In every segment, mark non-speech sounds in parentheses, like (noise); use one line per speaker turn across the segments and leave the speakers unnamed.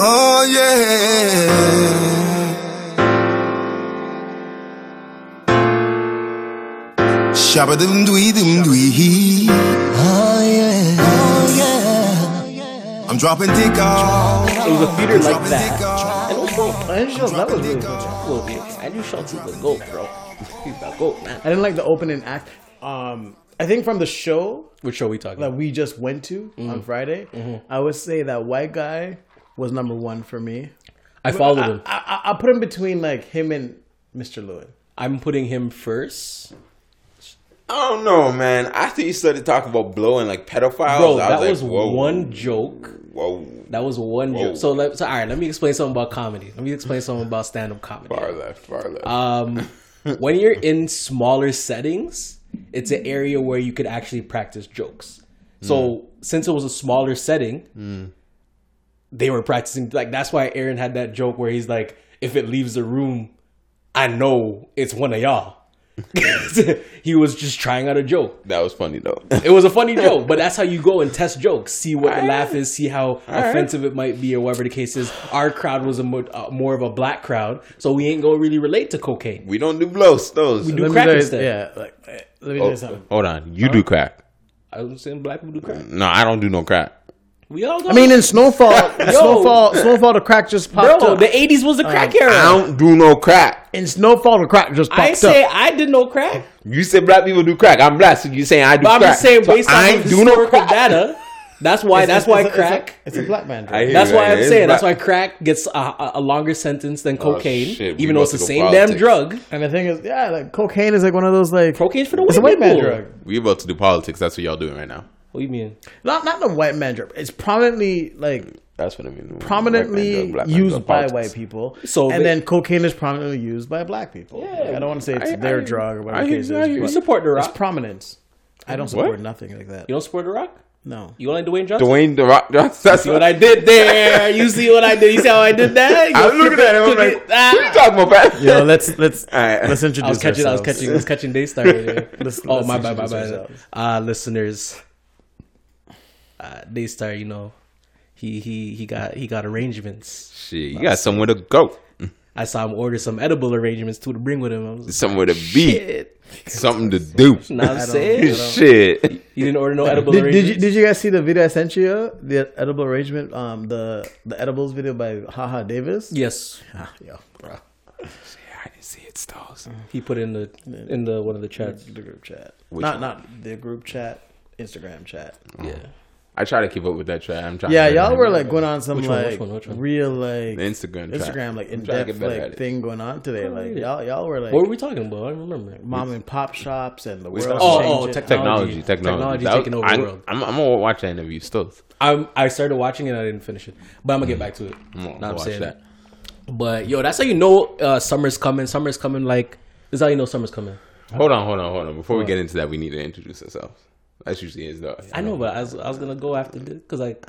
Oh yeah. Shabba dum dwee dum dwee. Oh yeah. Oh yeah. I'm dropping dick off.
It was a feeder
I'm
like
dropping dick
that.
off.
And it was dope. I didn't show that was really good. Cool music. I knew Schultz was a goat, bro. (laughs) He's a goat, man.
I didn't like the opening act. Um, I think from the show
Which show we talking
that
about?
we just went to
Mm-hmm.
on Friday, I would say that white guy was number one for me.
I followed him.
I, I, I put him between like him and Mr. Lewin.
I'm putting him first.
I don't know, man. After you started talking about blowing like pedophiles,
Bro,
I was
that
like,
Oh, was
whoa,
one joke.
whoa,
That was one
Whoa.
joke. So, let, so, all right, let me explain something about comedy. Let me explain something about stand up comedy.
far left, far left.
Um, when you're in smaller settings, it's an area where you could actually practice jokes. So, since it was a smaller setting, they were practicing. Like, that's why Aaron had that joke where he's like, if it leaves the room, I know it's one of y'all. (laughs) he was just trying out a joke.
that was funny though. (laughs)
It was a funny joke, but that's how you go and test jokes. See what the laugh is, see how offensive it might be, or whatever the case is. Our crowd was a mo- uh, more of a black crowd, so we ain't gonna really relate to cocaine.
we don't do blows, those.
We do
Let me
crack
tell you-
instead.
Yeah, like, eh, let me tell
Oh,
you something.
hold on, you do crack.
I was saying black people do crack.
No, I don't do no crack.
We all go.
I mean, in
(laughs)
Snowfall, Snowfall, Snowfall, the crack just popped
bro,
up.
the '80s was the crack era.
I
I,
don't do no crack.
in Snowfall, the crack just popped
say
up.
I did no crack,
You say black people do crack. I'm black, so you saying I do
but I'm
crack.
just saying
So
based on
I ain't do no
historical
crack.
data. That's why.
It's-
that's
it's-
why
it's a-
crack.
It's a, it's a black man.
I
drug.
hear
That's
you,
why
man.
I'm
It's
saying. That's why
black.
crack gets a, a a longer sentence than cocaine,
Oh, shit, we
even though
about
it's the
to go
same damn
politics.
drug.
And the thing is, yeah, like cocaine is like one of those like
Cocaine's for the
it's a
white
white man
people.
drug.
We about to do politics. That's what y'all doing right now.
What do you mean?
Not not the white man drug. It's prominently like
That's what I mean.
prominently used by white people.
So
So and
they-
then cocaine is prominently used by black people. Like, I don't want to say it's
I-
their
I-
drug or
I
whatever. the
hear
case
you, I
is,
hear you.
but
You support The
It's
Rock.
prominence. I don't support nothing like that.
You don't support The Rock?
No.
You don't like Dwayne Johnson?
Dwayne the Rock (laughs) Johnson. That's
See what I did there? (laughs) You see what I did? You see how I did that? You
(laughs) I was looking at him.
(laughs)
I'm like,
Ah.
what you talking about, man?
Yo, let's
(laughs)
let's
right.
let's introduce
I was catching. I was
ourselves.
catching. I (laughs) was catching Daystar. Right there.
Let's-
oh
let's
my bad, my
introduce
bad.
ourselves.
Uh, listeners, uh, Daystar, you know, he he he got he got arrangements.
Shit, you got somewhere to go.
I saw him order some edible arrangements too to bring with him. I was like,
Somewhere to be.
shit.
Something to do.
Know what I'm saying
(laughs) Shit.
he didn't order no edible
Did, did
arrangements.
you did you guys see the video I sent you? The edible arrangement, um, the the edibles video by Haha Davis.
Yes,
Ah, yo, bro.
I didn't see it, Stalls.
he put in the in the one of the chats.
The group chat, not not the group chat, Instagram chat.
Yeah.
I try to keep up with that trend. I'm trying.
Yeah,
to
y'all were like going on some
Which one, which
like
one, which one?
real like
The Instagram track.
Instagram like in
I'm trying to
depth
get better at
like
it.
thing going on today. Like y'all y'all were like
What were we talking about? I don't remember.
mom and pop shops and the
talking
world.
about-
Oh, oh,
changing.
technology.
technology,
Technology
technology, That-
taking over the
I'm,
world.
I'm, I'm gonna watch that interview still.
I'm, I started watching it. I didn't finish it, but I'm gonna get back to it.
gonna
Now I'm
watch
saying
that.
that. But yo, that's how you know uh, summer's coming. Summer's coming. Like this is how you know summer's coming.
Hold on, hold on, hold on. Before we get into that, we need to introduce ourselves. That's usually his though.
I know, but I was, I was gonna go after this because like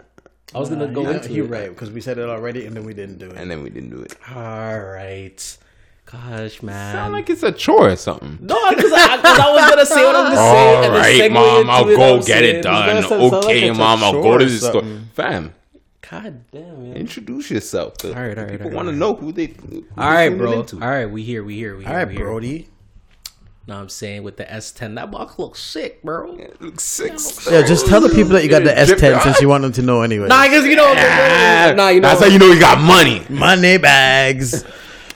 I was gonna go
Yeah,
into
you're
it.
right because we said it already and then we didn't do it.
And then we didn't do it.
All right, gosh, man.
Sound like it's a chore or something.
no, because I, 'cause I was gonna say what I'm gonna say.
All
and then
right,
segue
mom,
into
I'll
it,
go
I'm
get it
saying.
done.
gonna sound like
Okay,
it's a
mom, I'll go
chore
to
or
the store.
something.
Fam,
God damn, man.
introduce yourself. To
All right, all right,
people
all right,
want
all right.
to know who they. Who
All right,
they
bro.
tuning
All
into.
right, we here, we here, we here.
All right,
we here.
Brody.
Know what I'm saying with the S10, that box looks sick, bro.
Look six.
Yeah, just tell the people that you got the
Drip
S10
it
since
up.
you want them to know anyway.
Nah, because you know, nah, you know, Mm.
That's how you know you got money.
Money bags.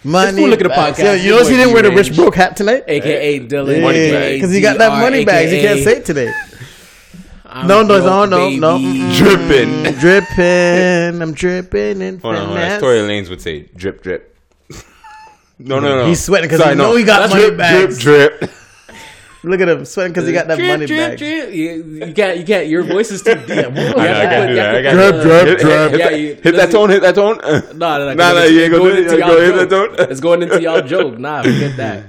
Money.
fool look at the
bags.
podcast.
Yo,
This
you notice
boy
he didn't wear the
deranged.
rich broke hat tonight?
aka Dylan,
Money
aka
bag.
Because he got that
DR,
money bags. He can't
aka,
say it today.
I'm
No, no,
broke,
no, no, no.
baby.
Mm-mm.
Mm.
Dripping.
dripping. I'm dripping in
Hold on, hold on.
finesse.
Tory Lanez would say drip, drip. (laughs) No,
Mm.
no, no.
He's sweating 'cause
Sorry,
he know he got
That's
money
drip,
bags.
Drip, (laughs) drip.
Look at him sweating because he got that
Drip,
money
drip,
bag.
drip. You, you can't, you can't. Your voice is
(laughs)
too deep. You have to
I know, I
put-
gotta do
you
that.
have
I
to
gotta
put,
do
uh,
that. Hit-
yeah,
hit-
you-
Hit hit that tone. Hit
(laughs)
that tone. Uh,
No, no, no.
Nah, nah, you ain't gonna do it.
Going into
You ain't
y'all
gonna
joke.
hit that tone.
It's going into y'all joke. Nah,
(laughs)
forget that.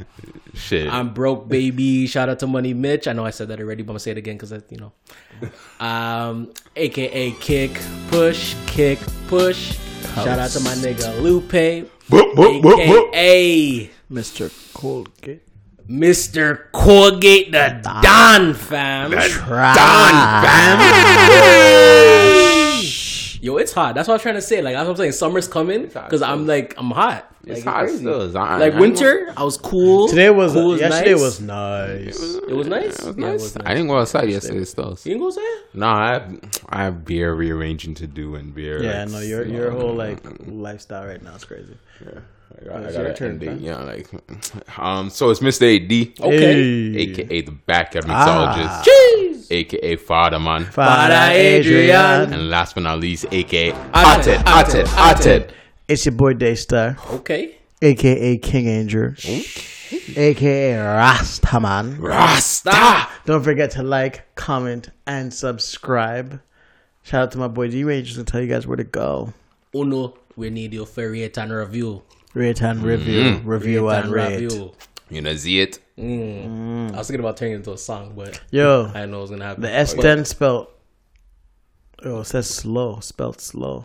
Shit.
I'm broke, baby. Shout out to Money Mitch. I know I said that already, but I'm gonna say it again because you know, um, aka Kick Push Kick Push. Shout out to my nigga Lupe,
Whoop, whoop, whoop, whoop.
aka
Mr. Colgate.
Mr. Colgate the Don fam.
Don, fam.
Yo, it's hot. That's what I'm trying to say. Like that's what I'm saying. Summer's coming
hot,
because I'm
so-
like I'm hot.
It's
like,
hot
crazy.
still. It's hot.
Like
I ain't
winter, I was cool.
Today was
Cool
yesterday
nice.
was nice.
It was nice.
gonna-
Yeah,
It
it
was
was
nice. I didn't go outside yesterday still.
You can go say
No, I have, I have beer rearranging to do and beer.
Yeah,
like,
no, your
you
your
know,
whole like lifestyle right now is crazy.
I got, I
It's
got
your
an
turn, Oh,
ending,
man.
yeah, like (laughs) um. So it's Mr. AD,
Okay.
Hey.
aka the backyard mixologist,
Ah.
Jeez.
aka Father Man,
Father Adrian.
and last but not least, aka
Ated,
Ated, Ated, Ated.
It's your boy Daystar,
Okay.
aka King Angel, aka Rastaman.
Rasta.
Don't forget to like, comment, and subscribe. Shout out to my boy G Rangers and tell you guys where to go.
Uno, we need your favorite and review.
Rate and review, review
Rate
and
and
rate.
review.
You know, see it.
I was thinking about turning it into a song, but
Yo,
I didn't know it was gonna happen.
the S10 spelt. Oh, it says slow, spelt slow.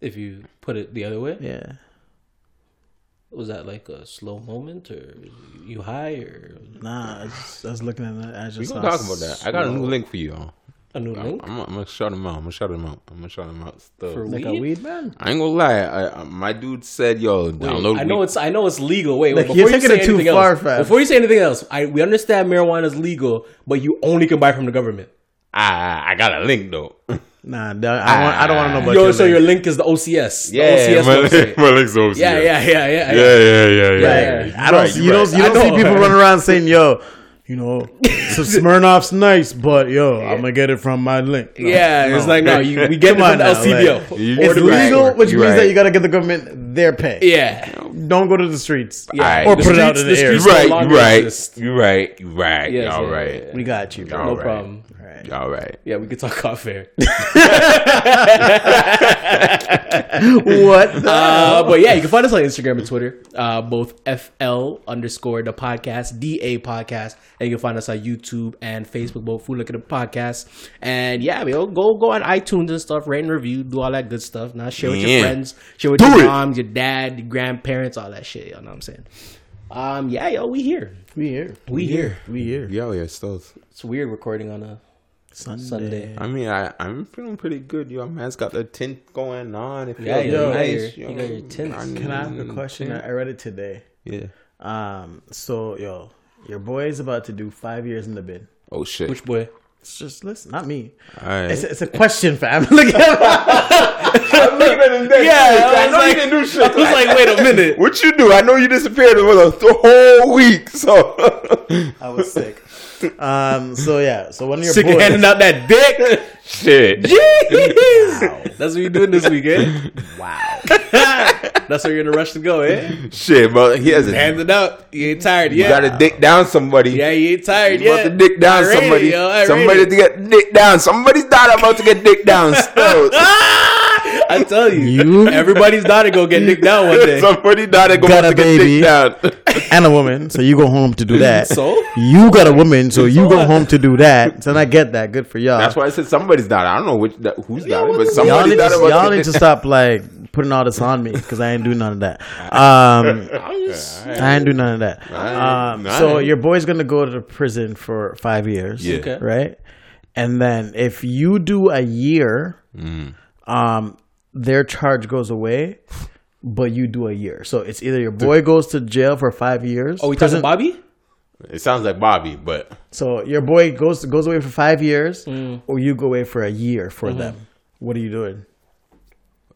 If you put it the other way,
Yeah.
was that like a slow moment, or you high, or
Nah, I was, I was looking at that. I just
We
saw
gonna talk about that. I got a new link for you. all.
a new
I'm,
link
I'm, I'm gonna shout him out. I'm gonna shout him out. I'm gonna shout him out. Still.
for
Like
weed?
a weed man?
I ain't gonna lie. I, I, my dude said, "Yo, download."
I know
weed.
it's I know it's legal. Wait, wait
Like,
before
you're
you
taking
say
it too
anything
far,
else,
fam.
before you say anything else, I we understand marijuana is legal, but you only can buy from the government.
I, I got a link though.
Nah, nah, I, want, I don't want to know about
Yo,
your
so
link.
your link is the OCS. (laughs) The
Yeah,
OCS
my, (laughs)
website.
my link's OCS.
yeah, yeah, yeah, yeah, yeah.
yeah, yeah, yeah,
yeah.
yeah.
I don't.
Right,
see,
you're
you
right.
don't. You
I
don't see
know.
people running around saying, "Yo,
(laughs)
you know, some Smirnoff's nice, but yo, I'm gonna get it from my link." No,
Yeah,
no.
it's like no, you, we get it from
Come on
the
now,
LCBO.
like,
You-
Or
it's
the-
You're right.
legal, which
You're
means that
right.
you gotta get the government their pay.
Yeah,
Don't go to the streets.
yeah.
Alright.
Or
The
put it out in the,
streets- the
air.
streets-
You're right.
no
You're
longer
right.
exist.
You're right. You're right.
Yes,
Y'all
yeah,
right.
yeah,
We got you, bro.
no
Alright.
problem.
Y'all right.
Yeah, we could talk (laughs) off air.
What? The
Uh, but yeah, you can find us on Instagram and Twitter, uh, both FL underscore the podcast, DA podcast, and you can find us on YouTube and Facebook, both Food Look at the Podcast. And yeah, yo, go go on iTunes and stuff, rate and review, do all that good stuff. Now share with your
Yeah.
friends, share with your moms, your dad, your grandparents, all that shit. You know what I'm saying? Um, yeah, yo, we here,
we here.
we here.
We here.
Yo, yeah, still.
It's weird recording on a
Sunday.
Sunday.
I mean, I I'm feeling pretty good. Your man's got the tint going on. It feels
Yeah, yo,
nice.
you got your- you got your tints.
Can I ask a question? I I read it today.
Yeah.
Um. So, yo, your boy is about to do five years in the bin.
Oh shit.
Which boy?
It's just listen, not me.
All right. (laughs)
It's a, it's a question, fam. (laughs) Look at
I'm looking at him. Yeah, I,
was
know you
like-
didn't do shit.
I was like, wait
(laughs)
a minute.
What you do? I know you disappeared for the th- whole week. So (laughs)
I was sick. Um. So yeah. So one of your
Sick of
boys.
handing out that (laughs) dick.
shit.
Jeez. That's what you're doing this weekend.
Wow.
(laughs) That's where you're in a rush to go, eh?
Shit, bro. He has a.
Hands it up. You ain't tired
You
yet.
got to dick down somebody.
yeah, you ain't tired
You
yet.
about to dick down
I rate it,
somebody.
yo, I rate
Somebody
it.
to get dick down. Somebody's daughter about to get
(laughs)
dick down. Still.
I tell you,
You-
everybody's daughter go get dicked down one
(laughs)
day.
Somebody daughter go
Got
about
a
to get
baby.
dick down.
(laughs)
and a woman, so you go home to do that.
So?
you got a woman, so you go
what?
home to do that. So I get that. Good for y'all.
That's why I said somebody's daughter. I don't know which that, who's daughter, but
y'all
somebody's
need,
daughter
to,
about
y'all
to
need
get
to
dick
stop like putting all this on me because I ain't do none of that.
(laughs)
Um, I ain't do none of that. Um, So your boy's gonna go to prison for five years.
Yeah.
Okay.
Right. And then if you do a year, um, their charge goes away. But you do a year, so it's either your boy goes to jail for five years.
Are Oh, we
prison-
talking Bobby?
It sounds like Bobby, but
So your boy goes goes away for five years, or you go away for a year for them. What are you doing?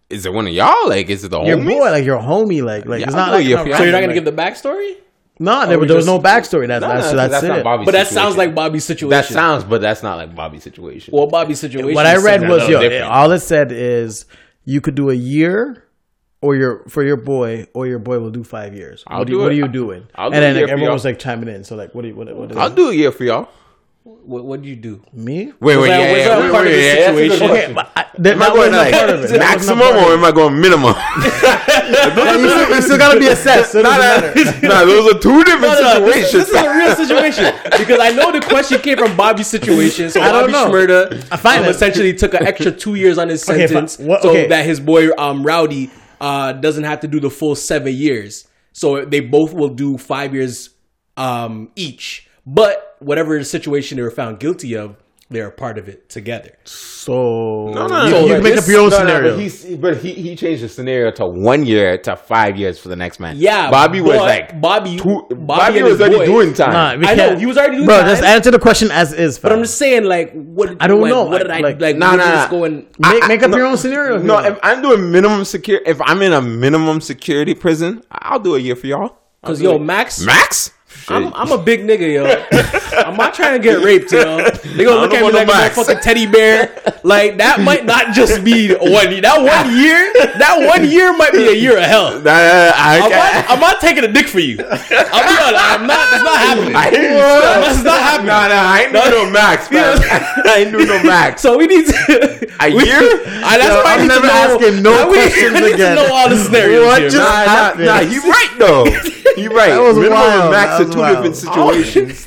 is it one of y'all? Like, is it the
Your
homie?
boy, like your homie, like like
Yeah,
it's
I
not
know
like
your
no,
fiance.
So you're not
like-
going to give the backstory?
no, there,
we
there was
just-
no backstory. That's that's, that's, it.
But that sounds like Bobby's situation.
That sounds, but that's not like Bobby's situation.
Well, Bobby's situation.
What I
is
read
something
was
little
yo,
different.
all it said is you could do a year. Or your for your boy, or your boy will do five years.
I'll
what, do you,
do
what
it.
are you doing?
I'll
and
do a
then
year
like,
for
everyone
y'all.
was like chiming in. So like, what do you, what, what is
I'll do a year for y'all.
What what do you do?
me?
Wait, wait,
that-
yeah,
was
yeah,
that
wait,
part of
wait,
the
yeah, that's a good
situation?
question.
Okay, but I, that,
Am I
that
going
wasn't
like
part of it. That wasn't
maximum
part of
or
it.
am I going
(laughs)
minimum?
You still, you still gotta be assessed. So it
nah,
doesn't
nah,
matter.
nah, those are two different
No, no, this,
situations.
this is a real situation because I know the question came from Bobby's situation. So
I don't
Bobby
know. I
Schmurda
find
um,
it-
essentially took an extra two years on his
Okay, fi-
sentence
what-
so
okay.
that his boy um, Rowdy uh, doesn't have to do the full seven years. So they both will do five years um, each. But whatever situation they were found guilty of, they're a part of it together.
So
No, no,
you,
no,
you
but
can make
this-
up your own
No, no,
scenario.
but, he's, but he he changed the scenario to one year to five years for the next man.
Yeah,
Bobby was
but
like
Bobby,
two,
Bobby,
Bobby,
and
was
his
already
boys-
doing time.
Nah, we
I know,
can't-
he was already doing
Bro,
time.
just answer the question as is.
But I'm
fam.
just saying, like, what?
I don't
what-
know,
What did I
like-
like?
Nah,
where
nah,
did this
nah.
go in-
make, make up
no,
your own scenario.
No,
here.
if I'm doing minimum secure, if I'm in a minimum security prison, I'll do a year for y'all. I'll
Because
do
yo,
it.
Max,
Max,
I'm, I'm a big nigga,
(laughs)
yo. I'm not trying to get raped, yo. They gonna look at
I
me
don't want no
like
Max.
a fucking teddy bear. Like that might not just be one year. That one year, that one year might be a year of
(laughs)
hell. (laughs)
Nah, I,
I'm not, I'm not taking a dick for you. I'll be honest. I'm not. It's not happening.
(laughs)
I ain't
That's not happening.
Nah, nah, I ain't do no Max, man. (laughs) I ain't do no Max.
So we need to,
A
(laughs) we-
year?
I, that's
Yo,
why I
I'm
need to
never
know.
asking no
now we- (laughs)
questions
I need
again.
To know all the scenarios.
What
here,
just-
man.
Nah, nah,
happened.
nah, you right though.
(laughs)
You right.
That was
Minimum
wild.
and Max
That
are
was
two
wild.
different situations.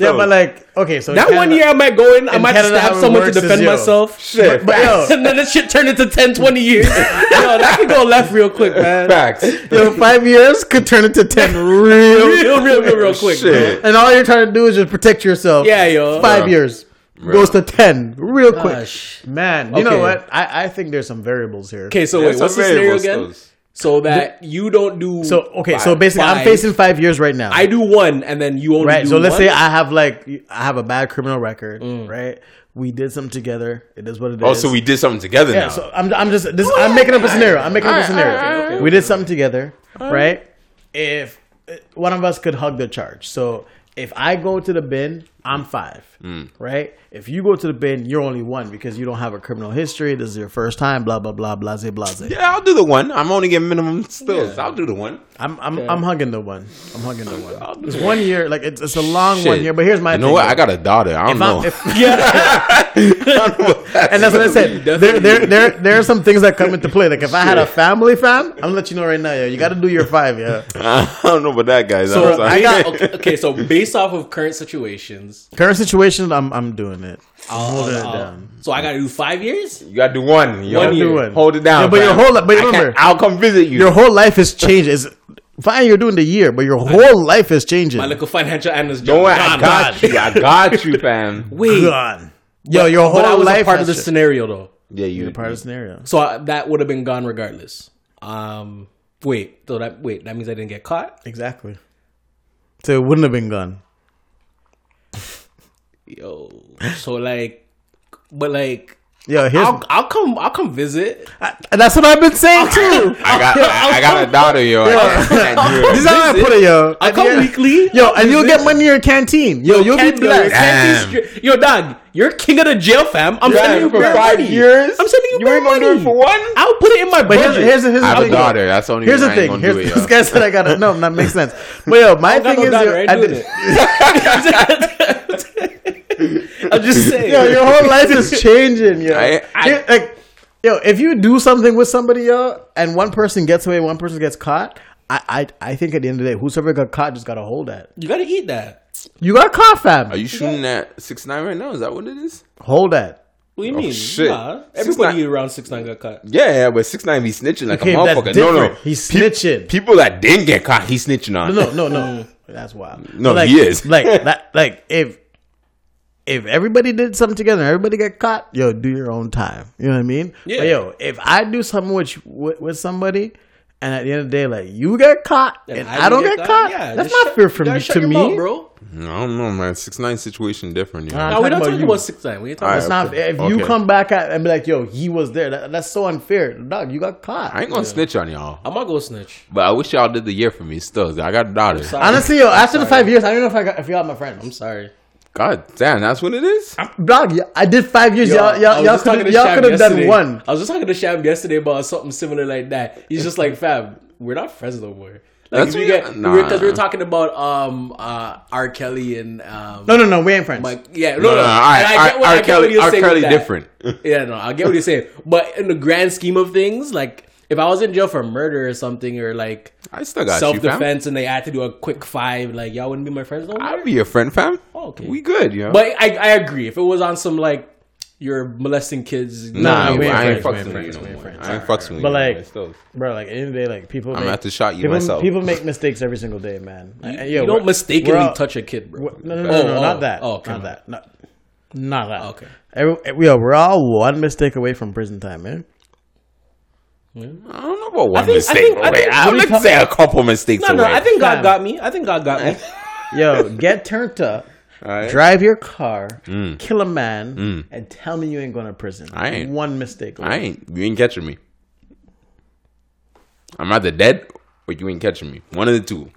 (laughs) yeah,
though.
but like, okay, so
that
Canada-
one year I might go in. I
In
might
Canada, how
stab
it
someone to
works is,
defend
yo,
myself.
shit.
but yo,
(laughs) and then this shit turned into 10, 20
(laughs)
years. yo, that could go left real quick, man.
Facts.
(laughs) yo, five years could turn into
(laughs)
ten real.
(laughs) Real, real, real, real quick. bro.
Shit.
And all you're trying to do is just protect yourself.
Yeah, yo.
Five
Bro.
years goes to ten real quick.
Gosh.
Man, you know
Okay.
what? I, I think there's some variables here.
Okay, so
There's
wait, what's
some
the scenario
variables
again?
those.
So that you don't do.
So okay, so
five-
basically, I'm
five.
facing five years right now.
I do one, and then you only
right.
do
So let's
one? Mm.
say I have like I have a bad criminal record. Right. We did something together. It is what it is.
Oh, so we did something together
Yeah,
now.
so I'm, I'm just this, I'm making up a scenario. I'm making up a scenario. we did something together, right? If uh, one of us could hug the charge, so if I go to the bin, I'm five,
Mm.
right? If you go to the bin, you're only one because you don't have a criminal history. This is your first time. Blah blah blah blase blase.
yeah, I'll do the one. I'm only getting minimum stills. I'll do the one.
I'm I'm, I'm hugging the one. I'm hugging the one. It's one year. Like it's, it's a long one year. But here's my
You know
thing,
what?
though.
I got a daughter. I don't
If
know.
I'm-
(laughs)
if- and that's what I said. There, there, there, there are some things that come into play. Like if I had a family fam, I'm gonna let you know right now, yo. You got to do your
(laughs)
five, yeah.
(laughs) I don't know about that, guys.
So
I'm sorry.
I got okay, okay, So based off of current
(laughs)
situations,
Current situation, I'm, I'm doing it.
I'll,
holding
I'll-
it
I'll-
down.
So I gotta do five years.
(laughs) you got to do one. You
One
gotta
year.
do
Doing.
Hold it down.
Yeah, but your
fam.
whole, li- but
I can't-
remember,
I'll come visit you.
your whole life has changed. Is fine, you're doing the year, but your whole life is changing.
My little financial analyst
Don't
job.
worry, I
Gone.
got you. I
(laughs)
got you, fam.
(laughs) Wait,
Gone. Yo, your whole
but I was
life
a part of the
has changed.
scenario though,
Yeah, you.
You're part of the scenario.
so I, that would have been gone regardless. Um, wait, so that wait, that means I didn't get caught.
Exactly. So it wouldn't have been gone.
Yo, so like, but like,
Yo, here's
I'll, I'll come, I'll come visit.
I- that's what I've been saying
(laughs)
too.
(laughs) I got. I, I got a daughter, yo. I can't- I can't do
(laughs)
it.
This is how I put it, yo.
I'll
At the
come
end-
weekly.
Yo, and you'll get money in your canteen. Yo, you'll be
Can't be like,
blessed.
can't be stri- Yo, dog, you're king of the jail, fam. I'm
Yeah,
sending you
for
bare
five
money.
years?
I'm sending you,
You
bare
ain't gonna do
money.
it for one?
I'll put it in my
But
budget.
here's, here's, the- here's the
I have
thing.
a daughter. That's the only.
Here's
reason
the
I ain't
thing.
gonna
Here's,
do it,
this
yo.
guy said I got it. No, that makes sense. But yo, my
I
thing
got
is,
no
yo,
daughter. I ain't
at
doing
the- (laughs)
it. I'm just saying.
yo,
(laughs)
your whole life is changing, yo.
I- I-
Here- like, yo, if you do something with somebody, yo, and one person gets away, one person gets caught. I, I, I think at the end of the day, whoever got caught just got to hold that.
you gotta eat that.
You got caught, fam.
Are you shooting at six nine right now? Is that what it is?
hold that.
What do you mean?
Oh, shit.
Nah,
Six
everybody
nine-
around six nine got cut.
Yeah, yeah, but six nine be snitching like
Okay,
a
that's
motherfucker. No, no,
different. He's
Pe-
snitching.
People that didn't get caught, he's snitching on.
No, no, no. Mm. That's wild.
No,
like,
he is.
like
(laughs)
that. Like if if everybody did something together, and everybody got caught. Yo, do your own time. You know what I mean?
Yeah.
But yo, if I do something with, with with somebody, and at the end of the day, like you get caught and, I, don't get, caught, that's
just
not
shut-
fair for
you gotta
me.
shut
To
your
me,
mouth, bro.
I don't know, man. Six nine situation different. You know?
Nah.
No,
I'm
we're
talking
not
about
talking
you.
about six nine. We're talking
All
about
right.
It's not. If you
Okay.
come back at, and be like, "Yo, he was there," that, that's so unfair, dog. You got caught.
I ain't gonna snitch on y'all,
I'm gonna go snitch.
but I wish y'all did the year for me. Still, I got a daughter.
Honestly, yo, after the five years, I don't know if I got, if y'all my friends.
I'm sorry.
God damn, that's what it is.
Dog, y- I did five years.
Yo,
y'all,
I was
y'all, y'all
just talking
could
to Sham
y'all could have done
yesterday.
one.
I was just talking to Sham yesterday about something similar like that. He's just like, "Fam, we're not friends no more." Like,
That's
if you
what-
get because we, were, 'cause we were
nah.
talking about um uh R Kelly and um
No, no, no. We ain't friends.
like yeah no
No,
no,
no, all
And I
right.
get
R-
what- I
R.
get what
Kelly,
you're
R.
saying
Kelly,
with that.
different.
Yeah, no, I get what you're saying, but in the grand scheme of things, like if I was in jail for murder or something or like
I still got
self
you, fam.
defense and they had to do a quick five, like y'all wouldn't be my friends no more.
I'll be your friend, fam.
Oh, okay.
We good, yo.
But I, I agree. If it was on some like you're molesting kids,
nah,
we
we
ain't
I ain't
friends,
fucking
we ain't
with you
friends,
no
we ain't
more.
friends.
I ain't fucking with you.
But,
no more.
like-
Still.
bro. Like at the end of the day, like people.
I'm
make,
gonna have to shot you
people,
myself.
People make mistakes every single day, man.
you don't mistakenly touch a kid, bro.
No, no, no,
Oh,
no,
oh,
not that.
oh, okay.
not that. Not, Not that.
Okay.
Every, eh, yo, we're all one mistake away from prison time, man.
I don't know about one
think- I
mistake.
think- I
away.
think-
I
what do you
would
call-
say a couple mistakes
No, no,
away.
I think God
Fam.
got me. I think God got me.
Yo, get turned up,
All right.
drive your car, kill a man, and tell me you ain't going to prison.
Mm. I ain't.
One mistake. away.
I ain't. You ain't catching me. I'm either dead or you ain't catching me. One of the two.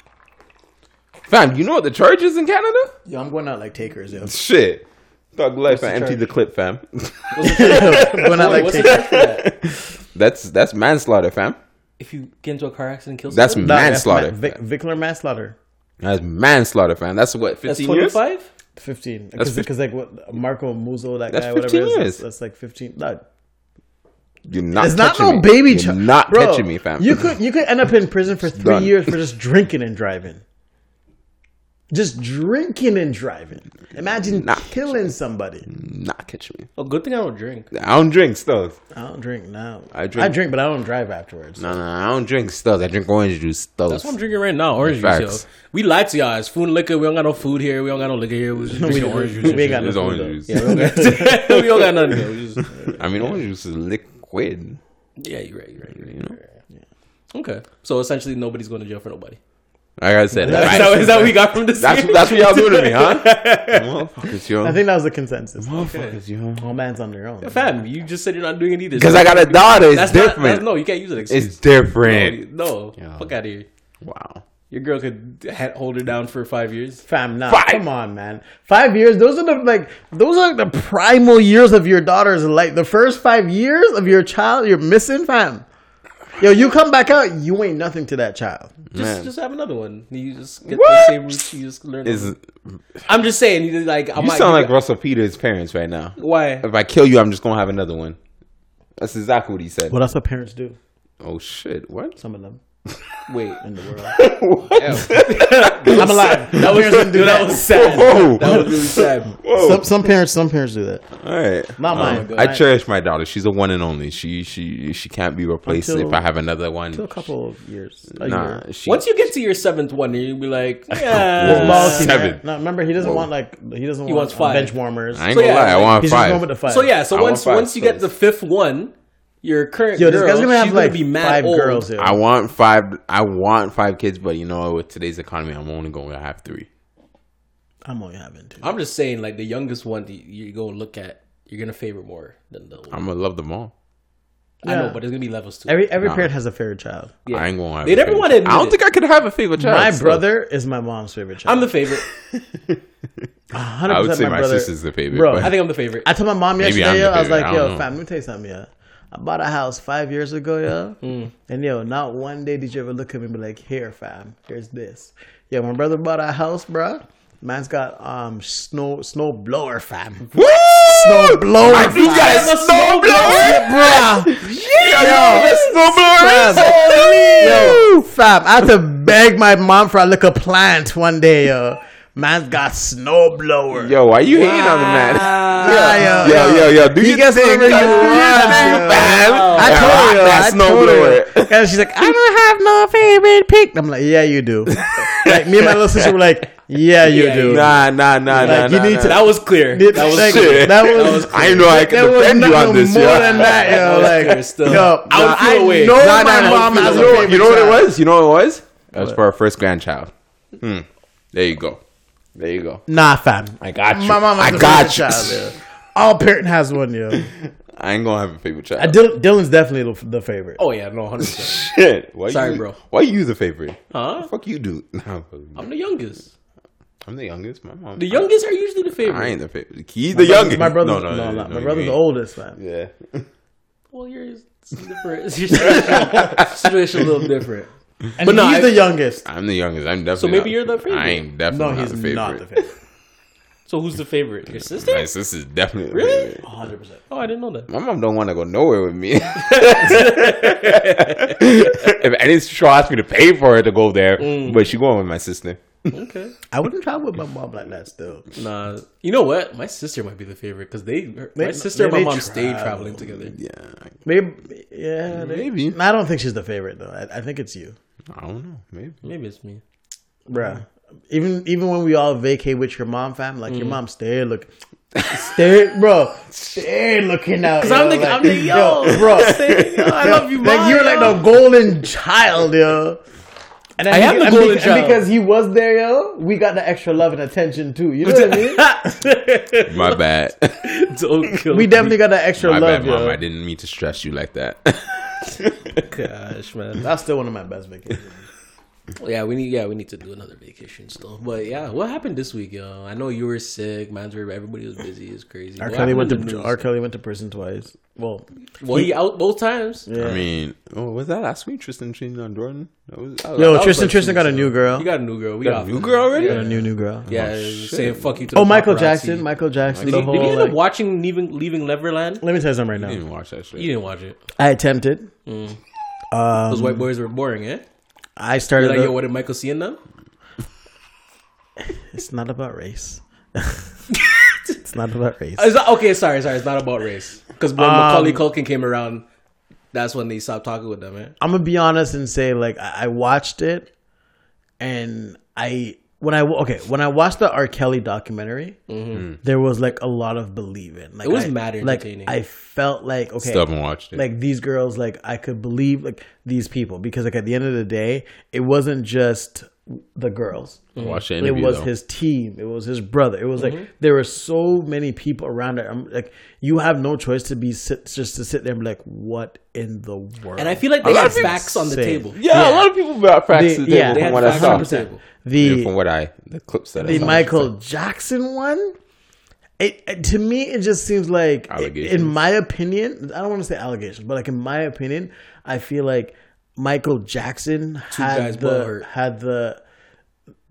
Fam, you know what the charge is in Canada?
Yo, I'm going out like takers, yo.
Shit. Thug life. I
the
emptied
charge?
the clip, fam.
(laughs)
(laughs)
I'm going out
Wait,
like
what's the
takers.
charge for that?
that's that's manslaughter, fam.
(laughs) If you get into a car accident and kill
That's
someone,
No, that's
manslaughter.
ma- Vic- Vicular manslaughter.
That's manslaughter, fam. That's what
that's
15
twenty
years.
five.
15. Because, like, what Marco Muzo, that
That's
guy, whatever.
15
it is,
years.
That's, that's like 15. No,
You're not.
it's not no
catching me.
baby
You're
child.
Not
Bro,
catching me, fam.
You could you could end up in prison for three
done.
years for just drinking and driving. Just drinking and driving. Imagine
Nah.
killing somebody.
not catching me.
Oh, good thing I don't drink.
I don't drink stuff.
I don't drink now.
I drink-
I drink, but I don't drive afterwards.
No, no, I don't drink stuff. I drink orange juice stuff.
That's what I'm drinking right now. Orange juice, yo.
Facts.
We lied to y'all. It's food and liquor. We don't got no food here. We don't got no liquor here. (laughs) We just
we,
drinking
don't-
orange
we
juice.
ain't got
It's
no
orange
food, though.
juice.
Yeah, we don't got-
we don't got nothing. yo. We just-
(laughs) I mean, orange juice is liquid.
yeah, you're right. You're right. You're right.
You know.
Okay, so essentially nobody's going to jail for nobody.
Like I said,
Is
I-
that, is that what we got from this?
That's
year?
that's what y'all doing to
(laughs)
me, huh? Motherfuckers,
I
yo.
think that was the consensus.
Motherfuckers, yo.
All man's on their own.
Fam, you just said you're not doing it either.
Because I got a daughter. It's
that's
different.
Not, that's, no, you can't use an excuse.
it's different.
No,
Yeah.
fuck out of here.
Wow.
Your girl could ha- hold her down for five years.
Fam, nah,
Five.
come on, man. Five years. Those are the like, those are the primal years of your daughter's life. The first five years of your child, you're missing, fam. Yo, you come back out, you ain't nothing to that child.
Just,
Man.
just have another one. You just get the
What?
same route. You just learn.
Is
them.
you
I'm just saying, you like I'm
sound like Russell Peters' parents right now?
why?
If I kill you, I'm just gonna have another one. That's exactly what he said.
Well, that's what parents do.
Oh shit! What?
Some of them
Wait,
(laughs) in the world.
(laughs)
I'm alive. That was
Parents do
dude, (laughs) that
(laughs) that.
was sad.
Whoa!
That was really sad.
Some, some parents, some parents do that.
All right.
Not mine.
I cherish my daughter. She's a one and only. She she she can't be replaced
Until-
if I have another one.
a couple of years. A
Nah.
year.
She,
Once you get to your seventh one, you'll be like,
(laughs)
yeah.
Whoa.
Loyalty, man.
Seven.
No, Uh, remember he doesn't want like he doesn't want
wants five.
bench warmers.
I ain't
So,
gonna
yeah,
lie. I
like,
want
He's just
five.
going with the five.
So yeah, so
I want
once
five
once you get
sons.
the fifth one, your current
Yo, this
girl,
guy's gonna have
she's
like
gonna be mad
five
old.
girls. Yo.
I want five. I want five kids, but you know, with today's economy, I'm only going to have three.
I'm only having two.
I'm just saying, like the youngest one, that you go look at, you're gonna favor more than the.
I'm gonna love them all.
I know,
Yeah.
but it's gonna be levels too.
Every every
Nah.
parent has a favorite child.
Yeah.
I ain't gonna have.
They
a
never
favorite
wanna admit
child. I don't
it.
think I could have a favorite child.
My
so
brother is my mom's favorite child.
I'm the favorite.
100%
I would say my
brother-
sister's the favorite,
Bro,
but-
I think I'm the favorite.
I told my mom
Maybe I'm
yesterday, yo,
the
I was
favorite. I
like,
don't
yo,
know.
fam, let me tell you something, yo. I bought a house five years ago, yo. And yo, not one day did you ever look at me and be like, here, fam, here's this. Yo, my brother bought a house, bro. Man's got um snow snow blower, fam.
Woo!
Snowblower,
I do got a snowblower,
Bro,
Yeah, snowblower.
yo, fam, I had to beg my mom for a little plant one day, yo. Man's got snow blower.
Yo, why you hating on the man?
Yeah, yo,
Yo, yo, yo, do
He
you
gets
think?
over you
cuz.
wrong, yo.
Man,
I
yeah,
told her.
that
I told
snowblower.
her. And she's like, I don't have no favorite pick. I'm like, yeah, you do. like me and my little sister were like, yeah, you
Yeah,
do.
you
(laughs) Nah, nah, nah, nah,
Like, you
nah.
(laughs) need
nah.
to-
that was clear.
Did-
That was
like,
Shit.
That was.
I know I can
That was
defend you
nothing
on this.
more
yeah. Oh
than
(laughs)
that, yo.
That was
Like,
clear still.
yo,
I would
nah,
feel away.
know
Nah,
my
nah,
mom
you
has a
know-
favorite
You know what it
child.
was? You know what it was? That was for our first grandchild. Hmm. There you go. There you go.
Nah, fam.
I got you.
My mom has
I
a
got
favorite
you.
child, yo. (laughs) All parent has one, yo.
I ain't gonna have a favorite child.
Uh, Dylan, Dylan's definitely the, the favorite.
Oh yeah, no, hundred percent.
Shit. Why
Sorry,
you,
bro.
Why you the favorite?
(laughs) Huh?
Fuck you, dude. (laughs) No,
I'm the youngest.
I'm the youngest. My mom.
The youngest are usually the favorite.
(laughs) I ain't the favorite. He's the youngest.
My brother's,
No, no, no, no,
my
you
brother's
ain't.
the oldest, fam.
Yeah.
Well, your (laughs) situation a little different.
And
But no,
he's
I-
the youngest.
(laughs) I'm the youngest. I'm definitely.
maybe
not
you're the favorite.
I ain't definitely
No,
not
he's
the favorite.
not the favorite.
So who's the favorite? Your sister?
Nice, this is definitely the
Really?
favorite.
100%.
Oh, I didn't know
(laughs)
that.
My mom don't want to go nowhere with me. (laughs) if any she asked me to pay for her to go there,
Mm.
but she going with my sister.
Okay.
I wouldn't travel with my mom like that still.
Nah, you know what? My sister might be the favorite because they, her- my
They-
sister and
they-
my
they
mom stayed
travel.
traveling together.
Yeah,
Maybe, yeah, maybe.
maybe.
I don't think she's the favorite though. I, I think it's you,
I don't know. Maybe.
Maybe it's me.
Mm. bruh. Even even when we all vacate with your mom, fam, like your mom stay look. Stay, bro. Stay looking out. Cause
I'm thinking- I'm
(laughs)
thinking, yo,
bro.
Stay- yo, I love you,
Like
Ma,
you're like
yo.
the golden child, yo. And then
I am
beca-
the
and
golden
beca- and
child.
because he was there, yo, we got the extra love and attention too. You know what I mean? (laughs)
My bad.
Don't kill
We definitely got the extra
My
love,
bad, mom.
yo.
I didn't mean to stress you like that. (laughs)
Gosh, man.
That's still one of my best vacations.
Yeah, we need. Yeah, we need to do another vacation still. But yeah, what happened this week, yo? I know you were sick. Mine's were. Everybody was busy. It's crazy.
R.
What
Kelly went
happened in the
to
news?
R. Kelly went to prison twice. Well,
Well, he out both times.
yeah.
I mean, oh, was that last week? Tristan cheating on Jordan? That was, I
yo,
that
Tristan
like
Tristan
two
got a
weeks
new
ago.
girl.
He got a new girl. Oh, We
was-
got,
new girl already?
got a new new girl.
Yeah, saying fuck you to the
Oh, Michael
paparazzi.
Jackson. Michael Jackson.
Did
the
you, did you
whole,
end
like-
up watching leaving leaving Neverland?
Let me tell you something right now.
I didn't watch that shit.
You didn't watch it.
I attempted.
Those white boys were boring, eh?
I started.
You're like,
a-
yo, what did Michael see in them?
It's not
(laughs)
about race. (laughs) it's not about race.
It's not, okay, sorry, sorry. It's not about race. Because
Um,
when Macaulay Culkin came around, that's when they stopped talking with them, eh? man.
I'm gonna be honest and say like I, I watched it, and I when I okay when I watched the R. Kelly documentary, Mm. there was like a lot of believing. Like
Mm-hmm. It was
I,
mad
Like
entertaining.
I felt like okay,
Still haven't watched it.
like these girls like i could believe like these people because like at the end of the day it wasn't just the girls
Mm-hmm.
watch the
it
interview.
was
though. Mm-hmm.
his team it was his brother it was like there were so many people around it I'm, like you have no choice to be sit, just to sit there and be like what in the world
And I feel like they
lot
had
of people
facts on the
say-
table.
Yeah, a lot of people brought
The-
facts to the table
yeah,
They
from
had
what I
facts on
saw.
the table.
the
From what I the clips that I
the
saw.
michael jackson one it, it- to me it just seems like in
Allegations.
my opinion i don't want to say allegations but like in my opinion i feel like michael jackson
guys
had
butthurt.
the, had the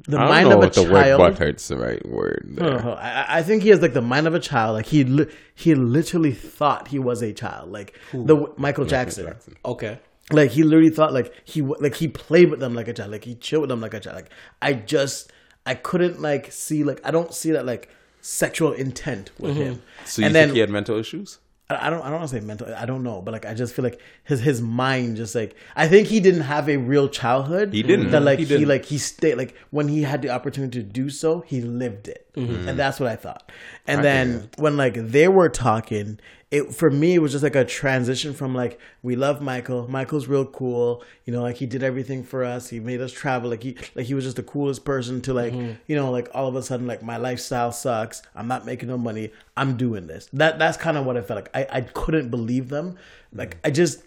the
I
mind
don't know
of a
if the word
child
butt hurts the right word. there.
Uh-huh. I, (laughs) I- I think he has like the mind of a child. Like he, li- he literally thought he was a child. Like the w- Michael Jackson.
Okay.
Like he literally thought like he w- like he played with them like a child. Like he chilled with them like a child. Like I just I couldn't like see like I don't see that like sexual intent with him.
Mm-hmm. So you
and
think
then
he had mental issues?
I I don't I don't want to say mental. I don't know, but like I just feel like his his mind just like I think he didn't have a real childhood. He
didn't.
That like
He
he,
didn't.
like he stayed like when he had the opportunity to do so, he lived it,
Mm-hmm.
and that's what I thought. And then when like they were talking, it for me it was just like a transition from like we love Michael. Michael's real cool. You know, like he did everything for us. He made us travel. Like he like he was just the coolest person. To like
Mm-hmm.
you know like all of a sudden like my lifestyle sucks. I'm not making no money. I'm doing this. That that's kind of what I felt like. I I couldn't believe them.
Mm.
Like I just.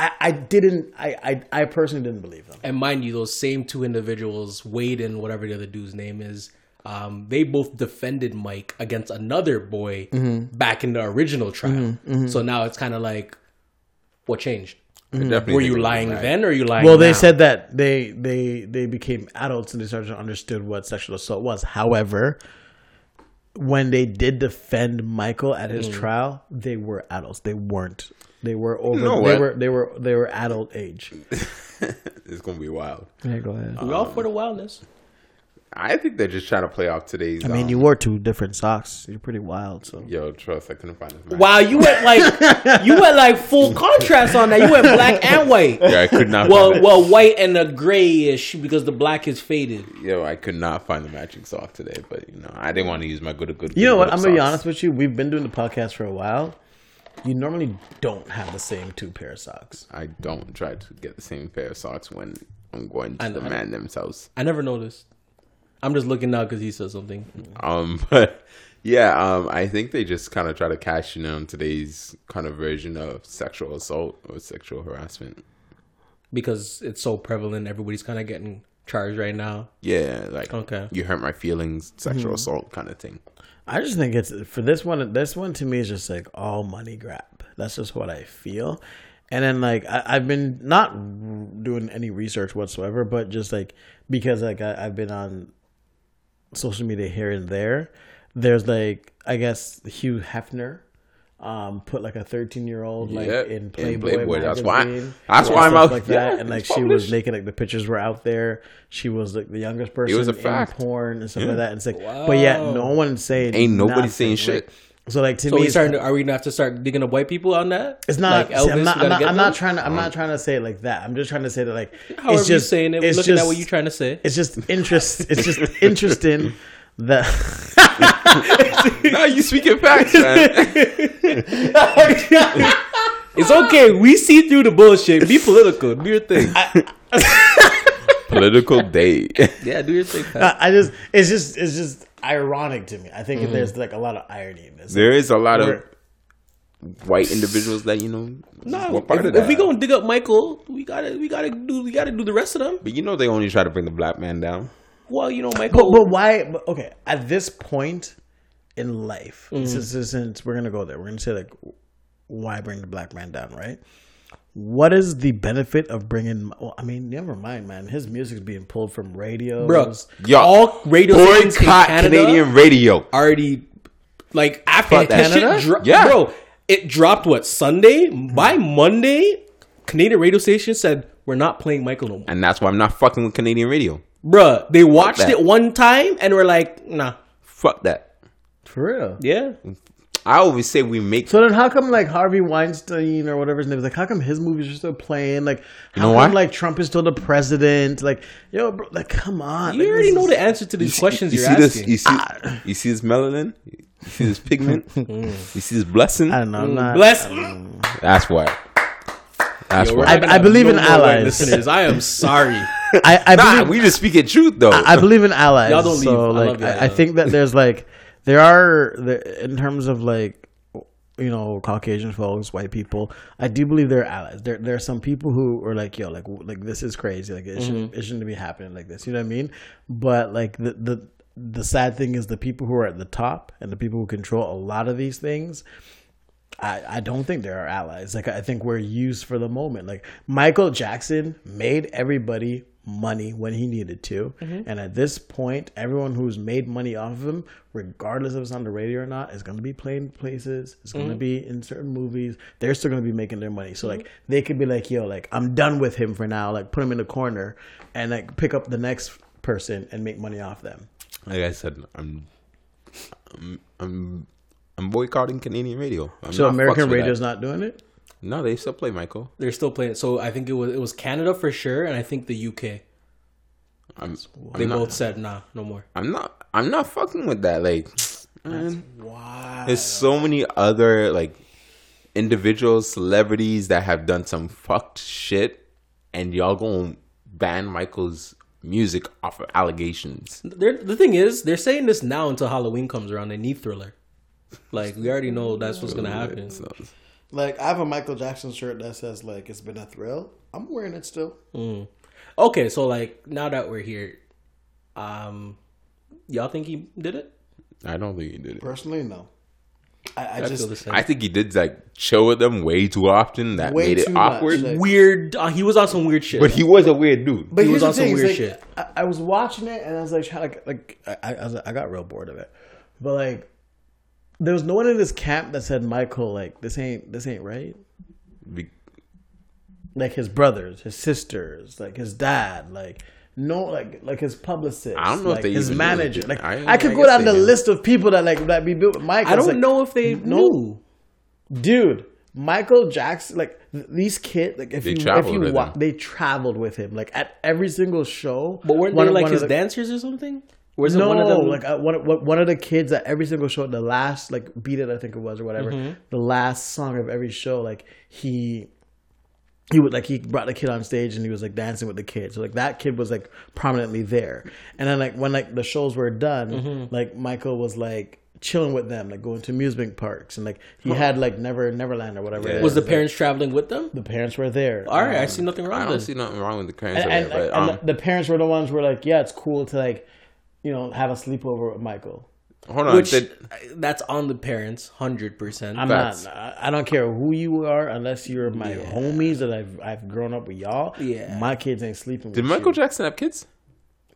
I, I didn't I, I I personally didn't believe them.
And mind you, those same two individuals, Wade and whatever the other dude's name is, um, they both defended Mike against another boy
Mm-hmm.
back in the original trial. So now it's kind of like, what changed?
Mm-hmm.
Were you lying then, or are you lying?
Well, they
now?
said that they they they became adults and they started to understood what sexual assault was. However, when they did defend Michael at his trial, they were adults. They weren't. They were over.
know
they
what?
were. They were. They were adult age.
It's gonna be wild.
Yeah, go ahead.
we all for the wildness.
I think they're just trying to play off today's. um,
I mean, you wore two different socks. You're pretty wild. So
yo, trust. I couldn't find this. Match.
Wow, you went
(laughs)
like you went like full contrast on that. You went black and white.
(laughs) Yeah, I could not.
(laughs)
Well,
find
well, white and a grayish because the black is faded.
it. yo, I could not find the matching sock today. But you know, I didn't want to use my good good.
you know what? I'm gonna be honest with you. We've been doing the podcast for a while. You normally don't have the same two pair of socks.
I don't try to get the same pair of socks when I'm going to
know.
the man themselves.
I never noticed. I'm just looking now because he said something.
Um, (laughs) but yeah, um, I think they just kind of try to cash in on today's kind of version of sexual assault or sexual harassment.
because it's so prevalent. Everybody's kind of getting charged right now.
Yeah, like
Okay. Hmm.
you hurt my feelings, sexual assault kind of thing.
I just think it's for this one. This one to me is just like all money grab. That's just what I feel. And then like I, I've been not doing any research whatsoever, but just like because like I, I've been on social media here and there. There's like I guess Hugh Hefner. Um, put like a 13 year old like
Yeah,
in
in
Playboy.
Playboy, that's why-
magazine,
that's
and
why I'm
stuff
out-
like that.
yeah,
and like
it's
she was
published.
naked. Like the pictures were out there. She was like the youngest person
was a
in
fact.
porn and stuff like that. And it's like, but yet no one's saying
Ain't nobody
nothing.
saying shit.
(laughs)
Like, so like to
So
me,
we
it's,
starting to, are we gonna have to start digging up white people on that?
it's not.
Like
see, I'm not.
we gotta
I'm not,
get
I'm not
them? Oh.
trying to. I'm not trying to say it like that. I'm just trying to say that like
However
it's just
you saying it,
It's
looking
just,
at what you trying to say. (laughs)
It's just interest. It's just interesting the
no, you speaking facts,
(laughs)
man.
Oh It's okay. We see through the bullshit. Be political. Do your thing. (laughs)
Political date.
yeah, do your thing. Pat.
(laughs) I I just it's just it's just ironic to me. I think there's like a lot of irony in this.
There is a lot of white individuals that you know.
No,
were part
Uh, if,
of
if we
that.
gonna dig up Michael, we gotta we gotta do we gotta do the rest of them.
But you know they only try to bring the black man down.
Well, you know
But
Michael.
but why? But, okay, at this point in life,
Mm.
since, since- since we're gonna go there, we're gonna say like, why bring the black man down, right? What is the benefit of bringing? Well, I mean, never mind, man. His music's being pulled from radios.
Bro,
Yo,
all radio stations in
boycott
Canada
Canadian radio.
already like after
Fuck
that
that.
shit
Canada?
dro-
Yeah. Mm-hmm.
bro, it dropped what Sunday by Monday. Canadian radio station said we're not playing Michael no more.
And that's why I'm not fucking with Canadian radio.
Bruh, they watched
that.
it one time and were like, nah,
Fuck that.
for real.
yeah,
I always say we make.
So then, how come like Harvey Weinstein or whatever his name is? Like, how come his movies are still playing? Like, how
know
come
why?
like Trump is still the president? Like, yo, bro, like, come on.
you
Like,
already
this
know
is-
the answer to
(laughs)
these questions
you
you, are
see
asking.
this? You see,
Ah.
you see this melanin? You see
(laughs)
this pigment? you see this blessing?
Mm. I don't know. I'm not-
Bless. (laughs)
That's why. That's
We're
why.
not
I-
gonna
I
have
believe in
more white
allies.
listeners. I
(laughs)
am sorry.
I, I
Nah,
believe,
we just speaking truth though.
I believe in allies.
Y'all don't
so,
leave. I love
Like,
y'all,
I, I
y'all.
think that there's like there are there, in terms of like you know Caucasian folks, white people. I do believe they're allies. There there are some people who are like yo, like w- like this is crazy. Like it
Mm-hmm.
shouldn't it shouldn't be happening like this. You know what I mean? But like the the the sad thing is the people who are at the top and the people who control a lot of these things I, I don't think there are allies. Like I think we're used for the moment. Like Michael Jackson made everybody money when he needed to,
Mm-hmm.
and at this point, everyone who's made money off of him, regardless if it's on the radio or not, is going to be playing places. It's
Mm-hmm.
going to be in certain movies. They're still going to be making their money. So like
Mm-hmm.
they could be like, "Yo, like I'm done with him for now." Like put him in the corner and like pick up the next person and make money off them.
like I said, I'm, I'm, I'm, I'm boycotting Canadian radio. I'm
So
not fucks
American
with
radio's
that.
not doing it.
No, they still play Michael.
They're still playing it. So I think it was it was Canada for sure, and I think the UK.
I'm,
They
I'm not,
both said nah, no more.
I'm not. I'm not fucking with that. Like, man,
Wow.
there's so many other like individuals, celebrities that have done some fucked shit, and y'all gonna ban Michael's music off of allegations.
They're, the thing is, they're saying this now until Halloween comes around. They need Thriller. Like we already know that's what's gonna happen.
So,
Like I have a Michael Jackson shirt that says like it's been a thrill. I'm wearing it still.
Okay, so like now that we're here, um, y'all think he did it?
I don't think he did it.
Personally, no. I, I
I feel
just
the same.
I think he did like chill with them way too often. That
Way
made
too
it
much,
awkward.
like-
weird. Uh, he was on some weird shit.
but he was a weird dude.
but
he was
here's the
on some
thing, it's
weird
like,
shit.
I, I was watching it and I was like trying to like I, I, I, was, I got real bored of it. But like there was no one in this camp that said Michael like this ain't this ain't right.
Be-
Like his brothers, his sisters, like his dad, like no like like his publicist.
I don't know if
like,
they
his
even knew.
manager. Like
I-
I, could
I
go
guess
down
they
the
knew.
list of people that like that be built with Michael.
I
It's
don't
like,
know if they
no.
knew.
dude michael jackson like th- these kids like if
They
you if
traveled
you
with
wa-
him.
they traveled with him like at every single show
But weren't
one
they
of-
like
one of
his
the-
dancers or something? Was
no,
it one of them?
like uh, one, of- one one of the kids at every single show, the last like beat it, I think it was or whatever, the last song of every show, like he he would like he brought the kid on stage and he was like dancing with the kid, so like that kid was like prominently there. And then like when like the shows were done, like Michael was like chilling with them, like going to amusement parks, and like he had like Never Neverland or whatever. it
Yeah.
was the
is, like,
parents traveling with them?
the parents were there?
All right, I see nothing
I
wrong
don't
with
see
it.
nothing wrong with the current
and, and,
but
and
um,
the parents were the ones who were like, yeah, it's cool to like, you know, have a sleepover with Michael.
hold on.
Which
did-
that's on the parents, hundred percent.
I'm
Facts.
not. I- I don't care who you are, unless you're my homies that I've I've grown up with y'all.
Yeah.
my kids ain't sleeping.
did
with
Michael
you.
Jackson have kids?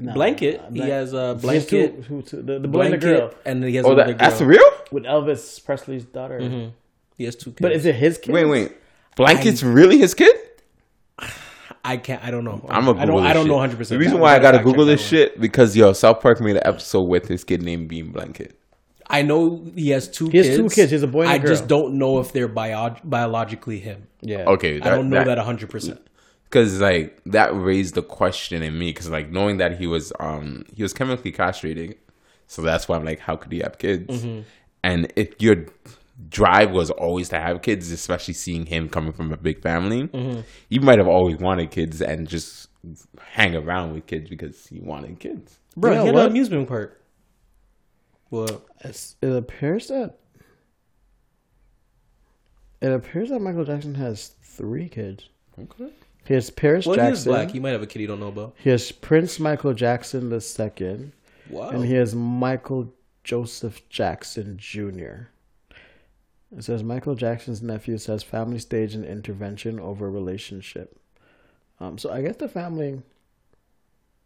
Blanket.
Nah,
He has a
Just
blanket.
two- who- two- the, the boy
blanket,
and the girl
and he has
Oh,
another
that, that's
girl.
real.
with Elvis Presley's daughter.
He has two kids.
But is it his kid?
Wait, wait. Blanket's really his kid?
I can't. I don't know.
I'm a Google
I don't.
this
I don't know
shit.
100. percent
The reason why I gotta Google this shit because yo, South Park made an episode with his kid named Bean Blanket.
I know he has two.
has
kids.
two kids. He has a boy and
I
a girl.
just don't know if they're bio- biologically him.
Yeah.
Okay,
I don't know that 100. percent
because like that raised the question in me because like knowing that he was um he was chemically castrated, So that's why I'm like, how could you have kids?
Mm-hmm.
And if your drive was always to have kids, especially seeing him coming from a big family,
Mm-hmm.
you might have always wanted kids and just hang around with kids because you wanted kids.
Bro,
You know
he had
what?
an amusement park. Well,
It's- It appears that it appears that Michael Jackson has three kids.
Okay.
He has Paris
well he was
Jackson.
black. He might have a kid you don't know about.
He has Prince Michael Jackson the second,
Wow.
and he has Michael Joseph Jackson Jr. It says Michael Jackson's nephew says family stage and intervention over relationship. Um, so I guess the family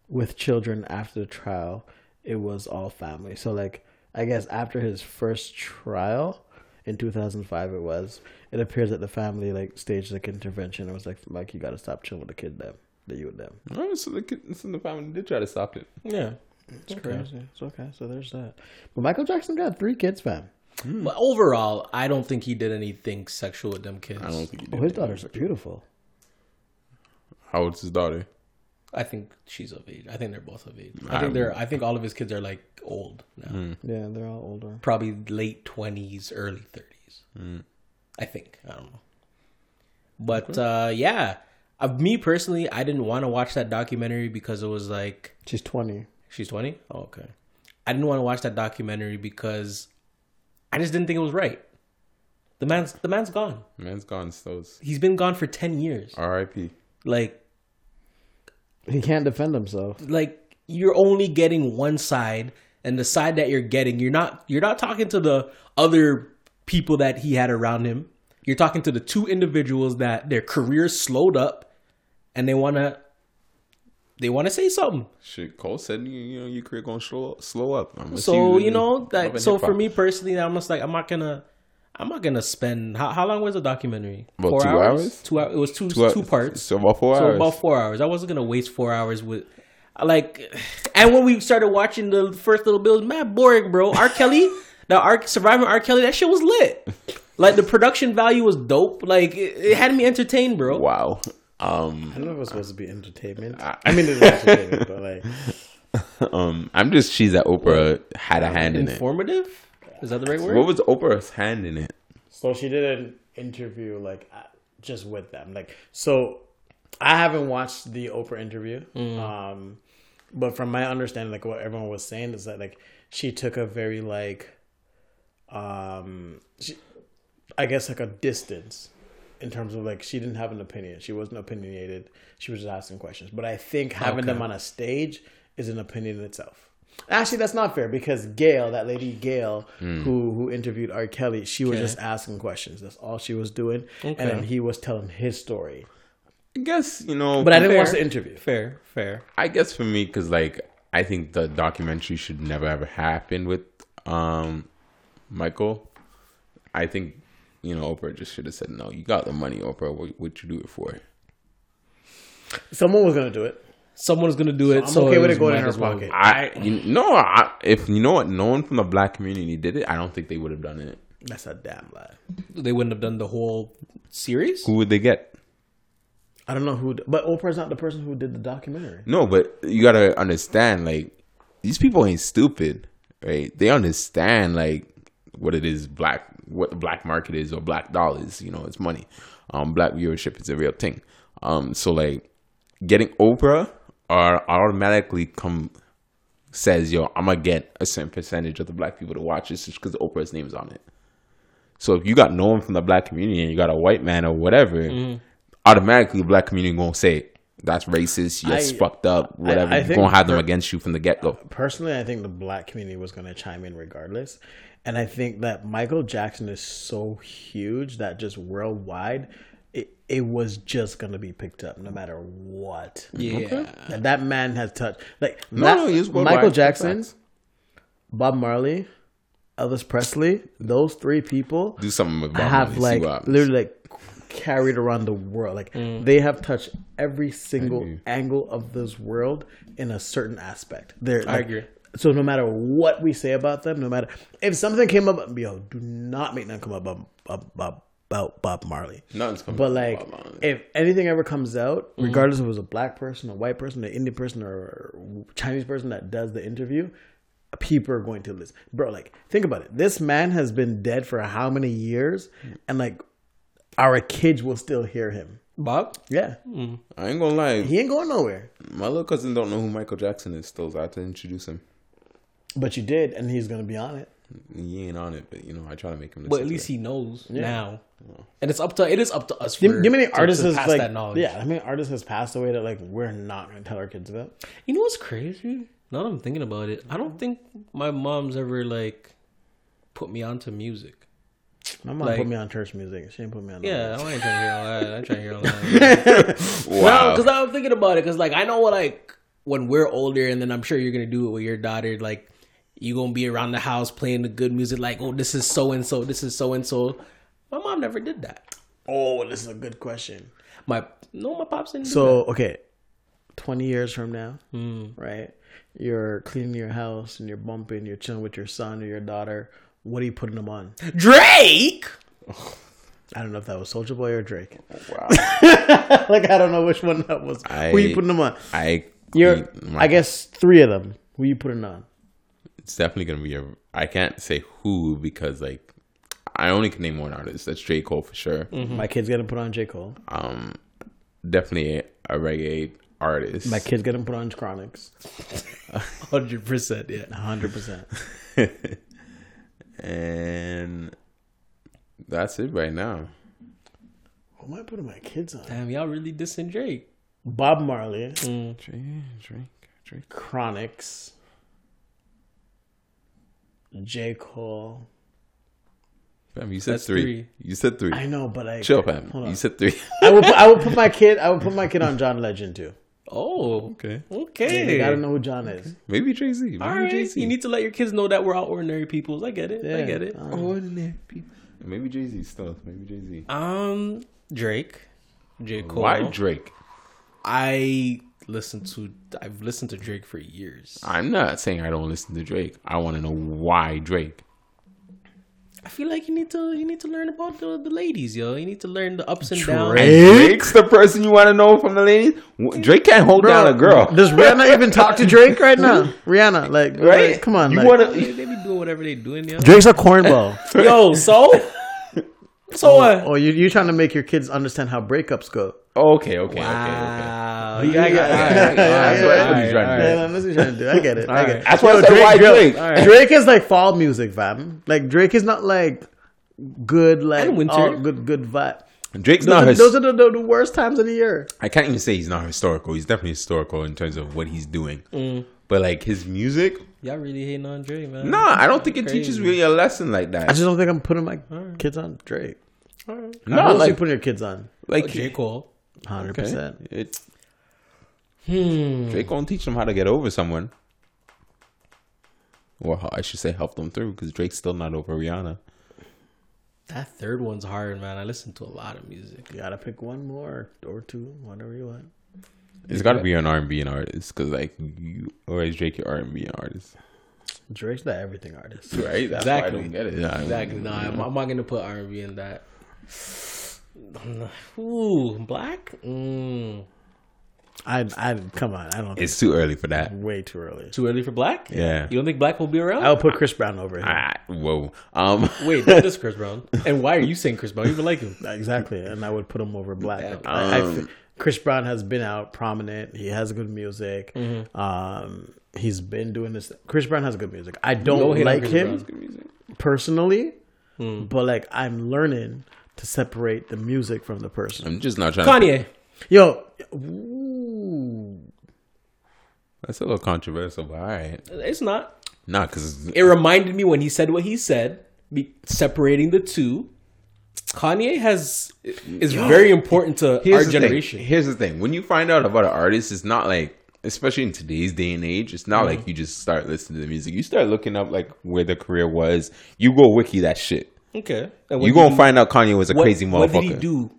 with children after the trial, it was all family. So like I guess after his first trial in 2005, it was. It appears that the family like staged like intervention. and was like, Mike, you got to stop chilling with the kid them, the you with them.
Oh, so the kids in the family did try to stop it.
yeah.
It's crazy. It's okay. So there's that. But Michael Jackson got three kids, fam.
But overall, I don't think he did anything sexual with them kids.
I don't think he
Oh,
did.
his daughter's beautiful.
How old's his daughter?
I think she's of age. I think they're both of age. I think they're. I think all of his kids are like old now,
Hmm.
Yeah, they're all older.
probably late twenties, early thirties. I think. I don't know. But uh, yeah, uh, me personally, I didn't want to watch that documentary because it was like
She's 20.
she's twenty. Oh, okay, I didn't want to watch that documentary because I just didn't think it was right. The man's the man's gone.
Man's gone. Stows.
He's been gone for ten years.
R.I.P.
Like
He can't defend himself.
like you're only getting one side and the side that you're getting you're not you're not talking to the other people that he had around him you're talking to the two individuals that their careers slowed up and they want to they want to say something
Shit, Cole said you, you know your career gonna slow slow up. unless
so you,
really
know
love
that
and
so
hip-hop.
for me personally i'm just like i'm not gonna i'm not gonna spend how, how long was the documentary
About two hours?
two hours it was two
Well,
two parts
So about four
So
hours.
about four hours. I wasn't gonna waste four hours with, like, and when we started watching the first little bit, it was mad boring, bro. R. Kelly, (laughs) the R. Surviving R. Kelly, that shit was lit. Like the production value was dope. Like it, it had me entertained, bro.
wow. Um,
I don't know if it was supposed to be entertainment. I mean, it was entertainment, but (laughs) like,
um, I'm just cheese that Oprah had a hand in it.
Informative. Is that the right word?
What was Oprah's hand in it?
so she did an interview, like, uh, just with them. Like, so I haven't watched the Oprah interview. Um, but from my understanding, like, what everyone was saying is that, like, she took a very, like, um, she, I guess, like a distance in terms of like she didn't have an opinion. She wasn't opinionated. She was just asking questions. But I think having them on a stage is an opinion in itself. Actually, that's not fair because Gail, that lady Gail, who who interviewed R. Kelly, she was just asking questions. That's all she was doing, and then he was telling his story.
I guess you know,
But I didn't watch
Fair.
the interview.
fair, fair.
I guess for me, because like I think the documentary should never ever happen with um Michael. I think you know Oprah just should have said no. You got the money, Oprah. What what you do it for?
Someone was gonna do it.
Someone's gonna do it.
I'm
so
okay with
was
it going in
might
her
as well.
pocket.
I you no. I, if you know what, no one from the black community did it. I don't think they would have done it.
That's a damn lie.
They wouldn't have done the whole series.
Who would they get?
I don't know who, but Oprah's not the person who did the documentary.
No, but you gotta understand, like these people ain't stupid, right? They understand like what it is black, what the black market is, or black dollars. You know, it's money. Um, black viewership is a real thing. Um, so like getting Oprah are automatically come says, yo, I'm gonna get a certain percentage of the black people to watch this just because Oprah's name is on it. So if you got no one from the black community and you got a white man or whatever,
Mm.
automatically the black community gonna say that's racist, you're
I-
fucked up, whatever.
I
You're
think
gonna have them
per-
against you from the get go.
personally, I think the black community was going to chime in regardless. And I think that Michael Jackson is so huge that just worldwide, it, it was just going to be picked up no matter what.
Yeah.
And that man has touched. Like,
No, no, he was worldwide.
Michael Jackson,
Facts.
Bob Marley, Elvis Presley, those three people
Do something with Bob
have
Marley, see
like
what happens.
literally like carried around the world. Like they have touched every single
Mm-hmm.
angle of this world in a certain aspect. They're, like-
agree.
So no matter what we say about them, no matter if something came up, yo, do not make nothing come up about about, about Bob Marley.
Nothing's coming
But
up
like,
about Bob Marley.
if anything ever comes out, regardless if it was a black person, a white person, an Indian person, or Chinese person that does the interview, people are going to listen. Bro, like, think about it. This man has been dead for how many years? And like, our kids will still hear him.
Bob?
Yeah.
I ain't gonna lie.
He ain't going nowhere.
My little cousin don't know who Michael Jackson is still, so I had to introduce him.
But you did, and he's going to be on it.
He ain't on it, but you know, I try to make him listen
But at least he knows now. And it's up to it is up to us. For,
Give, give me
to-
any
to
artists
pass
that's like,
that knowledge.
yeah, I mean, artists has passed away that like we're not going to tell our kids about.
You know what's crazy? Now that I'm thinking about it, I don't think my mom's ever like put me onto music.
My mom
Like-
put me on church music. She didn't put me on.
Yeah, I ain't trying to hear all that. I'm trying to hear all that.
to.
No,
Wow.
because I'm thinking about it. Because like I know what like when we're older, and then I'm sure you're gonna do it with your daughter. Like you gonna be around the house playing the good music. Like oh, this is so and so. This is so and so. My mom never did that.
Oh, this is a good question.
My no, my pops didn't. do
So okay, twenty years from now,
Hmm.
right? You're cleaning your house and you're bumping. You're chilling with your son or your daughter. What are you putting them on?
that. Drake.
(laughs) I don't know if that was Soldier Boy or Drake.
Oh,
(laughs)
wow.
like I don't know which one that was. Who you
I-
putting them on?
I.
You're,
my-
I guess, three of them. Who you putting on?
it's definitely gonna be a. I can't say who because like I only can name one artist. That's J Cole for sure.
My kid's gonna put on J Cole.
Um, definitely a reggae artist.
My kid's gonna put on Chronix.
Hundred percent. Yeah.
Hundred percent.
(laughs) and that's it right now.
Who am I putting my kids on?
Damn, y'all really dissing Drake.
Bob Marley,
Hmm. Drake, Drake, Drake.
Chronix, J Cole.
Fam, you said
That's
three.
three.
You said three.
I know, but I
Chill, fam.
Hold on.
You said three. (laughs)
I would put, I would put my kid I would put my kid on John Legend too.
Oh.
okay.
Okay.
You gotta know who John is.
Maybe Jay Z. Maybe
All right.
Jay Z.
You need to let your kids know that we're all ordinary peoples. I get it. I
Yeah.
get it.
Uh,
ordinary people. Maybe Jay Z still. Maybe Jay Z.
Um, Drake. J. Cole.
Why Drake?
I listen to I've listened to Drake for years.
I'm not saying I don't listen to Drake. I want to know why Drake.
I feel like you need to you need to learn about the, the ladies, yo. You need to learn the ups and
Drake?
downs.
Drake's the person you want to know from the ladies. W- Drake can't hold down a girl,
Does Rihanna even talk to Drake right now? Rihanna, like,
right?
like, come on,
You
like-
want to?
They, they be doing whatever they doing, yo.
Drake's a cornball.
(laughs)
yo, so
Oh,
so what?
oh, you you trying to make your kids understand how breakups go?
oh, Okay, okay, okay, okay.
Wow, you gotta get- alright,
That's what
alright,
he's trying to
Yeah,
do.
alright.
that's what you're trying to do. I get it. I get it.
That's why I said
Drake,
why Drake.
Drake is like fall music, fam. Like Drake is not like good, like
And winter.
all good, good vibe.
(laughs) Drake's
Those,
not.
are,
his-
those are the, the, the worst times of the year.
I can't even say he's not historical. He's definitely historical in terms of what he's doing.
Mm.
But like his music,
Y'all really hating on Drake, man.
nah, I don't think it teaches
Crazy.
really a lesson like
I
that.
just don't think I'm putting my kids on Drake. Who
No,
else you
like,
putting your kids on?
like
J. Cole.
Hundred
okay.
percent.
It,
Hmm.
Drake won't teach them how to get over someone. Well, how- I should say help them through because Drake's still not over Rihanna.
That third one's hard, man. I listen to a lot of music.
You gotta pick one more or two, whatever you want.
It's got to be an R and B artist because like you, or is Drake your R and B artist?
Drake's the everything artist.
Right? That's
Exactly.
Why I don't get it. I-
Exactly. Nah, I'm, I'm not gonna put R and B in that. (sighs) Ooh, black. Mm.
I, I come on. I don't. Think it's
It's too early for that.
way too early.
Too early for black?
Yeah. Oh,
You don't think black will be around?
I'll put Chris Brown over him.
Ah, whoa. Um. (laughs)
Wait, that is Chris Brown. (laughs) And why are you saying Chris Brown? You even like him.
Exactly, and I would put him over Black. Like, I- I
Um,
fe- Chris Brown has been out prominent. He has good music.
Mm-hmm.
Um, he's been doing this. Chris Brown has good music. I don't
Don't hate on
like
Chris
him
Brown.
personally,
Hmm.
but like I'm learning to separate the music from the person.
I'm just not trying. To,
Kanye.
Yo, ooh,
that's a little controversial, but all right.
It's not.
Nah, because
It reminded me when he said what he said, be separating the two. Kanye has is very important to our
the thing.
generation.
Here's the thing: when you find out about an artist, it's not like, especially in today's day and age, it's
Mm-hmm.
not like you just start listening to the music. You start looking up like where the career was. You go wiki that shit.
Okay. And what
You
did
gonna
he-
find out Kanye was a
what-
crazy motherfucker.
What did he do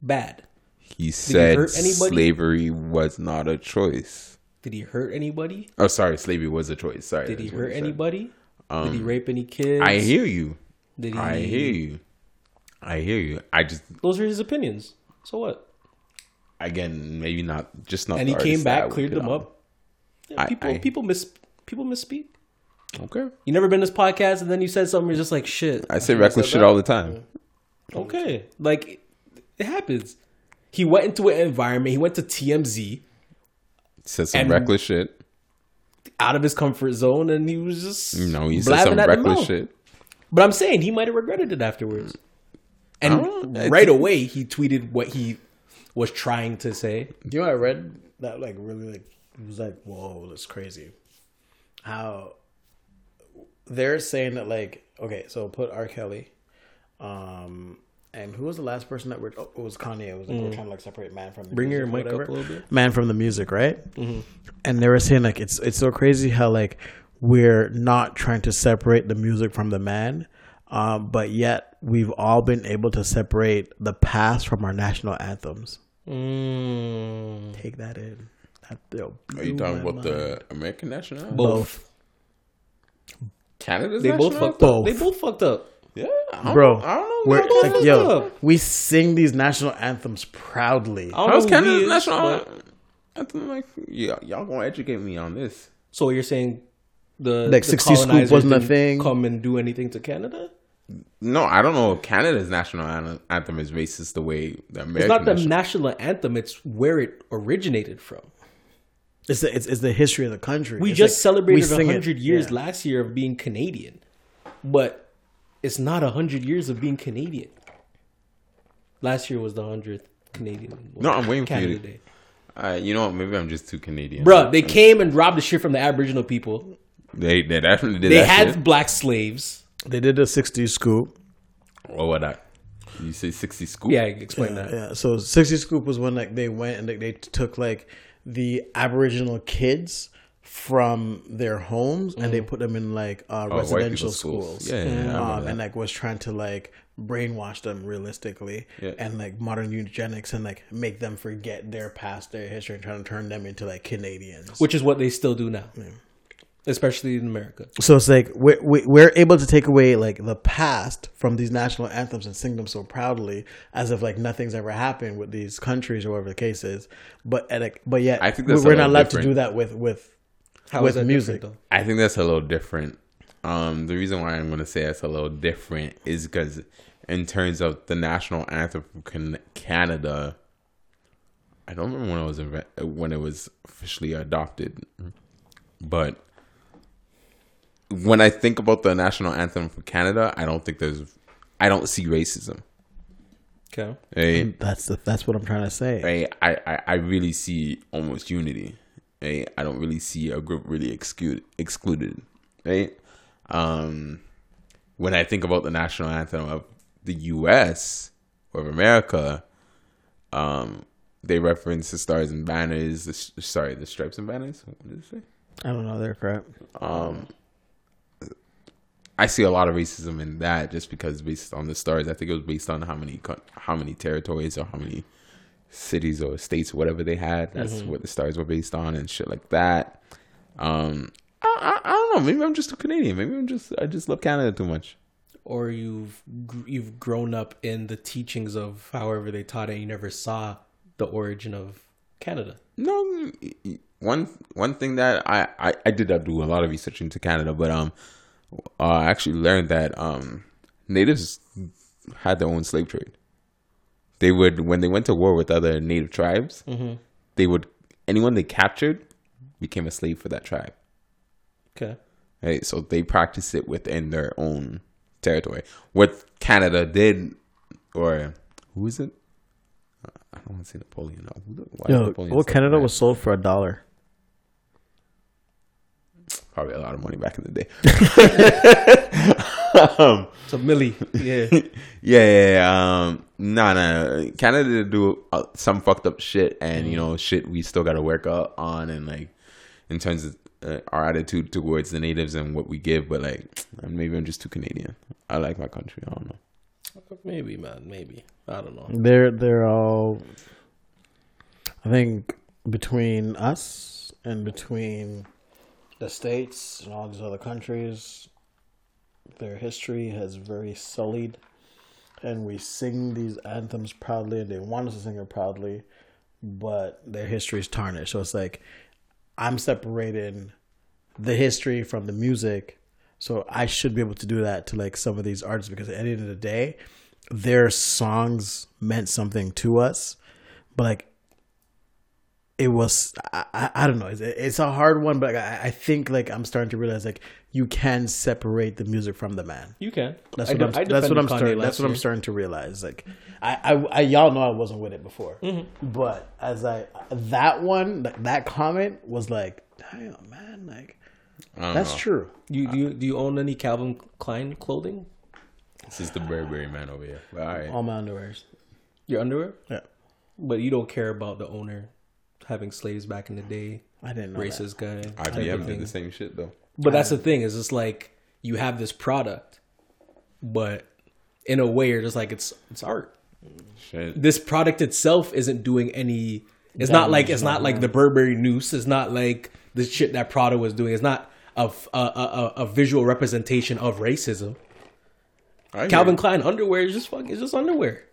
bad?
He said
hurt anybody?
slavery was not a choice.
Did he hurt anybody?
Oh, sorry, slavery was a choice. Sorry.
Did he
that's what
hurt
said. Um,
anybody? did he rape any kids?
I hear you.
Did he,
I hear you. I hear you. I just
Those are his opinions. So what?
again maybe not just not.
And
the
he came
artist that I
back,
would
cleared
get
them
on.
up. Yeah,
I-
people
I-
people mis people misspeak.
Okay.
You never been to this podcast, and then you said something. You're just like, shit.
I say reckless shit all the time.
Okay, like it happens. He went into an environment. He went to TMZ
Said some
And-
reckless shit.
out of his comfort zone, and he was just
No, he said
blabbing
some
at the
reckless
mouth.
shit.
But I'm saying he might have regretted it afterwards.
don't
And
know.
right away, he tweeted what he was trying to say.
You know, what I read that like really like it was like, whoa, that's crazy. How they're saying that like, okay, so put R. Kelly, um, and who was the last person that were? Oh, it was Kanye. It was like, we're trying to like separate man from the
Mm. Bring your
music,
mic up
whatever.
a little bit. Mm-hmm.
Man from the music, right? And they were saying like it's it's so crazy how like we're not trying to separate the music from the man. Um, but yet we've all been able to separate the past from our national anthems.
Mm.
Take that in. That, yo,
Are you
blew
talking
my
about the American national? anthem?
Both.
Canada's
They
national
both fucked
anthem?
up. They both fucked up.
Yeah, I don't-
Bro,
I don't know.
we're,
about
like,
that.
yo,
up.
we sing these national anthems proudly.
I don't
How's
know who he
Canada's
is,
national?
but-
anthem? Anthem, like, yeah, y'all gonna educate me on this?
So you're saying the
Like,
the
60 scoop
colonizers
wasn't a
didn't
thing?
Come and do anything to Canada?
No, I don't know. if Canada's national an- anthem is racist the way the American.
It's not the
national-
national anthem. It's where it originated from.
It's the, it's, it's the history of the country.
We
It's
just
like, we
celebrated
sing it.
hundred years
Yeah.
last year of being Canadian, but it's not hundred years of being Canadian. Last year was the hundredth Canadian.
No, I'm waiting for you to-
Canada Day.
Uh, you know, what, maybe I'm just too Canadian,
Bruh, they came and robbed the shit from the Aboriginal people.
They they definitely did.
They
that
had
shit.
black slaves.
They did a 60s scoop.
what was that? You say sixty scoop?
Yeah, explain that.
Yeah, so 60 Scoop was when like they went and like, they took like the Aboriginal kids from their homes and they put them in like uh,
Mm. Oh, white
residential
people's schools.
schools.
Yeah, yeah, yeah, I remember
um,
that.
and like was trying to like brainwash them realistically
Yeah.
and like modern eugenics and like make them forget their past, their history, and trying to turn them into like Canadians.
Which is what they still do now, especially in America.
So it's like we're, we- we're able to take away like the past from these national anthems and sing them so proudly as if like nothing's ever happened with these countries or whatever the case is. But and, like, but yet
I think that's
we're
a
not
lot
allowed to
different.
do that with with
How is
with
that
music.
different,
I think that's a little different. Um, the reason why I'm gonna say that's a little different is because in terms of the national anthem from Can- Canada, I don't remember when it was inve- when it was officially adopted, but when I think about the national anthem for Canada, I don't think there's, I don't see racism.
though? Okay.
Right?
That's the, that's what I'm trying to say.
right? I, I, I really see almost unity. Right? I don't really see a group really excluded. Excluded, right? Um, when I think about the national anthem of the U.S. or of America, um, they reference the stars and banners. The, s- sorry, the stripes and banners. What did it say?
I don't know their crap.
I see a lot of racism in that just because based on the stars, I think it was based on how many co- how many territories or how many cities or states, whatever they had. That's what the stars were based on and shit like that. Um, I, I, I don't know. Maybe I'm just a Canadian. Maybe I'm just I just love Canada too much.
Or you've gr- you've grown up in the teachings of however they taught it, and you never saw the origin of Canada.
No, one one thing that I I, I did uh, do a lot of research into Canada, but um, I actually learned that um, natives had their own slave trade. They would when they went to war with other native tribes,
Mm-hmm.
they would anyone they captured became a slave for that tribe.
Okay.
Right, so they practice it within their own territory. What Canada did, or who is it? Uh, I don't want to say Napoleon. Who the- why
Yo,
Napoleon
well,
say
Canada
that?
was sold for a dollar.
probably a lot of money back in the day. (laughs)
So (laughs) Millie, yeah,
yeah, yeah, yeah. Um, nah, nah. Canada do uh, some fucked up shit, and you know, shit we still got to work out on, and like in terms of uh, our attitude towards the natives and what we give. But like, maybe I'm just too Canadian. I like my country. I don't know.
maybe man, maybe I don't know.
They're they're all. I think between us and between the states and all these other countries, their history has very sullied, and we sing these anthems proudly, and they want us to sing it proudly, but their history is tarnished. So it's like I'm separating the history from the music So I should be able to do that to like some of these artists because at the end of the day, their songs meant something to us. But like, it was I, I, I don't know. It's, it's a hard one, but like, I, I think like I'm starting to realize like you can separate the music from the man.
You can.
That's
I
what
de-
I am
I
that's what
defended
I'm
Kanye
starting.
last
That's what I'm
year. Mm-hmm.
starting to realize. Like, I, I, I y'all know I wasn't with it before, but as I that one, like, that comment was like, damn man, like that's true.
You do you, do you own any Calvin Klein clothing?
This is the Burberry man over here. Oh, But all right.
All my underwears.
Your underwear?
Yeah,
But you don't care about the owner having slaves back in the day,
I didn't know that.
racist guy.
IBM did the same shit though.
But that's the thing is it's like you have this product, but in a way you're just like it's it's art.
Shit.
This product itself isn't doing any. It's not like it's not like the Burberry noose. It's not like the shit that Prada was doing. It's not a f- a, a- a- a visual representation of racism.
I hear
Calvin
you.
Klein underwear is just fuck. It's just underwear.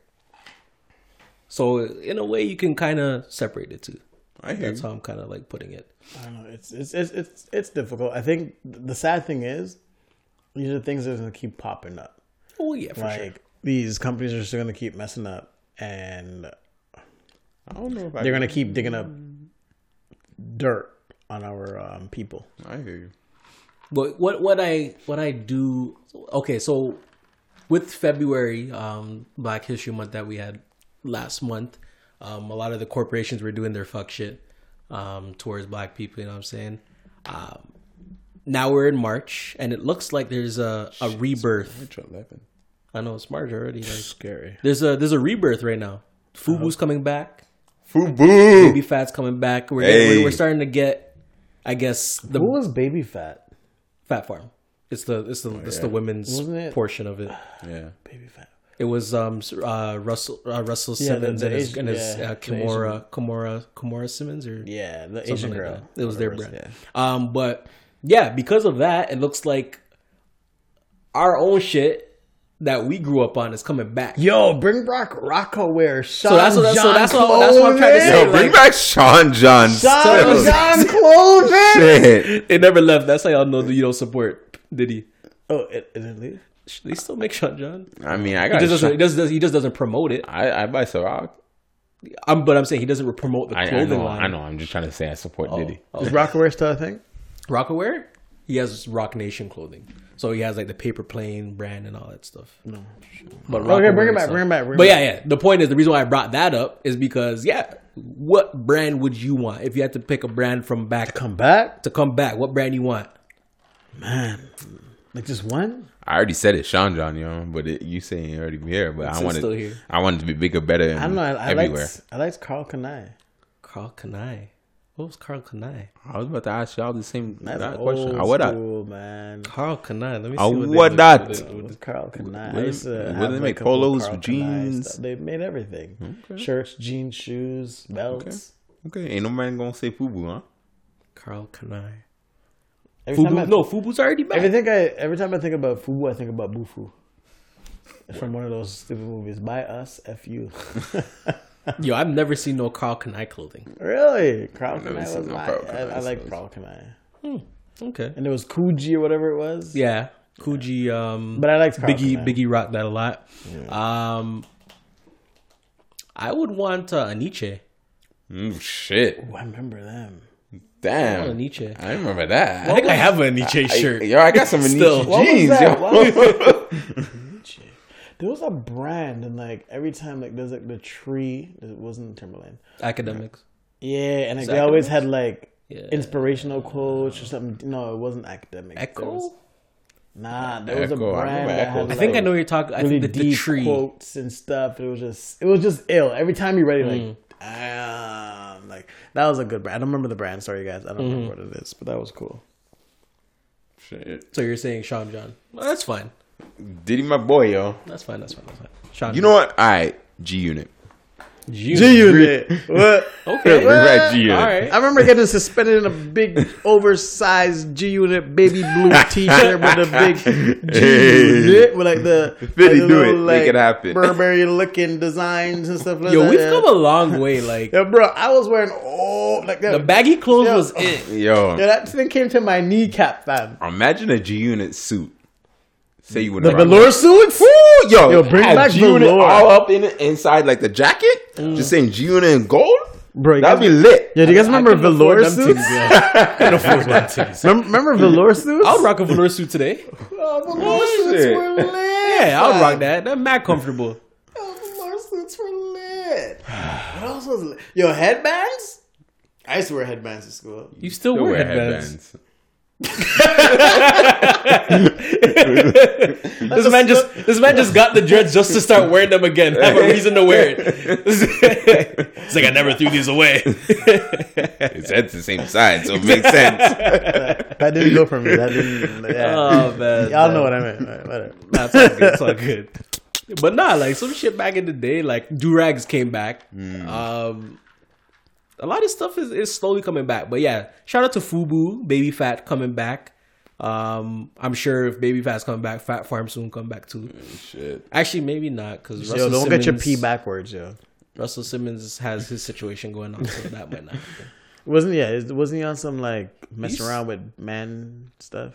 So in a way, you can kind of separate the two.
I hear
That's
you.
how I'm kind of like putting it.
I don't know. It's it's it's it's, it's difficult. I think th- the sad thing is these are things that's gonna keep popping up.
Oh yeah, for
Like
sure.
these companies are just gonna keep messing up, and
I don't know if I
they're gonna keep digging up dirt on our um, people.
I hear you.
But what what I what I do okay, so with February, um, Black History Month that we had last month, um, a lot of the corporations were doing their fuck shit um, towards black people, you know what I'm saying? Um, now we're in March and it looks like there's a, a rebirth.
March 11.
I know it's March already. Like,
Scary.
there's a there's a rebirth right now. Fubu's coming back.
Uh-huh. Fubu.
Baby Fat's coming back. We're, getting-
Hey.
we're, we're starting to get, I guess, the
What was baby fat?
Fat Farm. It's the it's the it's the women's
Wasn't it-
portion of it.
Yeah.
Baby fat.
It was um s- uh Russell uh, Russell
the-
Simmons
the
and his,
Asian-
and his
yeah,
uh,
the
Kimura Kimura Kimura Simmons or
Yeah, the
something
Asian
like
girl.
that. It was their
Whatever
brand.
it is,
Um, but yeah, because of that, it looks like our own shit that we grew up on is coming back.
yeah. Yo, bring back Rockaware. Sean
So that's what- so that's what- that's what I'm trying to say.
Yo, bring back Sean John.
Sean
still.
(laughs)
John Clothing.
Shit.
It never left. That's how y'all know that you don't support Diddy.
Oh, it, it didn't leave.
They still make Sean John.
(laughs) I mean, I
He
got.
just doesn't.
Sean-
He just, does- he just doesn't promote it.
I I buy Ciroc.
I'm, but I'm saying he doesn't promote the
I,
clothing
I know.
line.
I know. I'm just trying to say I support
Oh,
Diddy.
Is Rockaware still a thing?
Rockaware, he has Rock Nation clothing. So he has like the paper plane brand and all that stuff. No. But
Okay, bring
Rockaware
it back,
itself-
bring it back, bring it
but yeah, yeah. The point is the reason why I brought that up is because yeah, what brand would you want if you had to pick a brand from back to come,
Come back,
back? What brand you want?
man. Like just one.
I already said it, Sean John. You know, but it, you saying you already here, but I
It's
wanted.
still here.
I wanted to be bigger, better, and
I
Mm,
don't know. I, I
everywhere.
liked I liked Carl Kanai.
Carl Kanai. What was Carl Kanai?
I was about to ask y'all the same
That's
that
question. old
question. I would. I-
school, man.
Carl Kanai. Let me see.
I
what they-
would not.
what they-
It was Carl Kanai.
Where
I
they-
used to
where
have,
they
like,
make
a couple
polos,
Carl Kanai
jeans?
stuff. They made everything: shirts, jeans, shoes, belts.
Okay, ain't no man gonna say Fubu, huh?
Carl Kanai.
Every time I-
Fubu, no, Fubu's already back.
Every think I every time I think about Fubu, I think about Bufu. From one of those stupid movies by us, F
(laughs)
you.
Yo, I've never seen no Carl Kanai clothing.
really? Carl Kanai
never
was
seen no
my,
Carl
I,
Kanai,
I like
so-
Carl Kanai.
Okay.
And it was Coogee or whatever it was.
Yeah. Coogee. Um,
But I liked Carl
Biggie
Kanai.
Biggie rocked that a lot. Um, I would want uh, a Nietzsche.
Mm, shit,
Ooh, I remember them.
damn,
A Nietzsche.
I remember that.
Oh
I think I have a Nietzsche
I-
shirt.
yo, I
(laughs)
got some Nietzsche
Still.
What was
jeans,
that?
yo.
Shit. There was a brand and like every time like there's like the tree it wasn't Timberland.
Academics.
Yeah, and like, they always had like
Yeah.
inspirational quotes or something. No, it wasn't academic. There was-
Echo.
nah, there was a
Echo, I
brand.
remember
that
Echo.
had,
I
I think I
like,
know what you're talking. I
really
think the, the
deep
tree.
quotes and stuff. It was just it was just ill. Every time you read it, like
Mm.
damn, like that was a good brand. I don't remember the brand. Sorry guys, I
Mm-hmm.
don't remember what it is, but that was cool.
(laughs) Shit.
So you're saying Sean John? Well, that's fine.
Diddy, my boy, yo.
That's fine. That's fine. That's fine. Sean.
You know what? All right, G Unit.
G Unit. what?
(laughs) Okay.
Bring back G Unit.
All right.
I remember getting suspended in
(laughs)
a big oversized G Unit baby blue T shirt with a
(laughs)
big G Unit with like the like
Fitty,
the
do
little,
it. Make
(laughs)
it happen.
Burberry looking designs and stuff like
Yo,
that. (laughs)
we've come a long way. Like
Yeah, bro, I was wearing all oh, like that.
The baggy clothes
Yeah.
was it.
Yo,
yeah, that thing came to my kneecap, fam.
imagine a G Unit suit. Say you would
The velour suits? Woo,
Yo,
Yo, bring
had
back
G Unit
velour.
all up in it, inside like the jacket. Just saying G Unit in gold.
Bro, you
that'd
guys-
be lit.
Yeah, do you guys remember
couldn't afford
velour
them
suits?
titties, yeah. Couldn't afford them titties.
(laughs) Remember, (laughs) remember velour suits?
I'll rock a velour suit today.
Oh, velour suits
shit.
were lit.
Yeah, I'll rock that. That mad comfortable.
Velour suits were (sighs) lit. What else was lit? Yo, headbands? I used to wear headbands to school.
You still,
Don't
wear,
wear
headbands.
headbands.
This man just this man just got the dreads just to start wearing them again. Have a reason to wear it. it's like I never threw these away.
His head's the same size, so it (laughs) makes sense.
That didn't go for (laughs) me. That didn't. Yeah.
Oh man,
Y'all know what I meant. Right, (laughs) whatever.
Nah, it's all good. It's all
(laughs)
good. But nah, like some shit back in the day, like durags came back. Um, a lot of stuff is, is slowly coming back. But yeah, shout out to Fubu, Baby Fat coming back. Um, I'm sure if Baby Fat's coming back, Fat Farm soon come back too.
Shit.
Actually, maybe not because Russell
Yo, don't
Simmons,
get your pee backwards, yo.
Russell Simmons has his situation going on, so that might not. Happen.
Wasn't yeah? is- Wasn't he on some like messing
He's-
around with man stuff?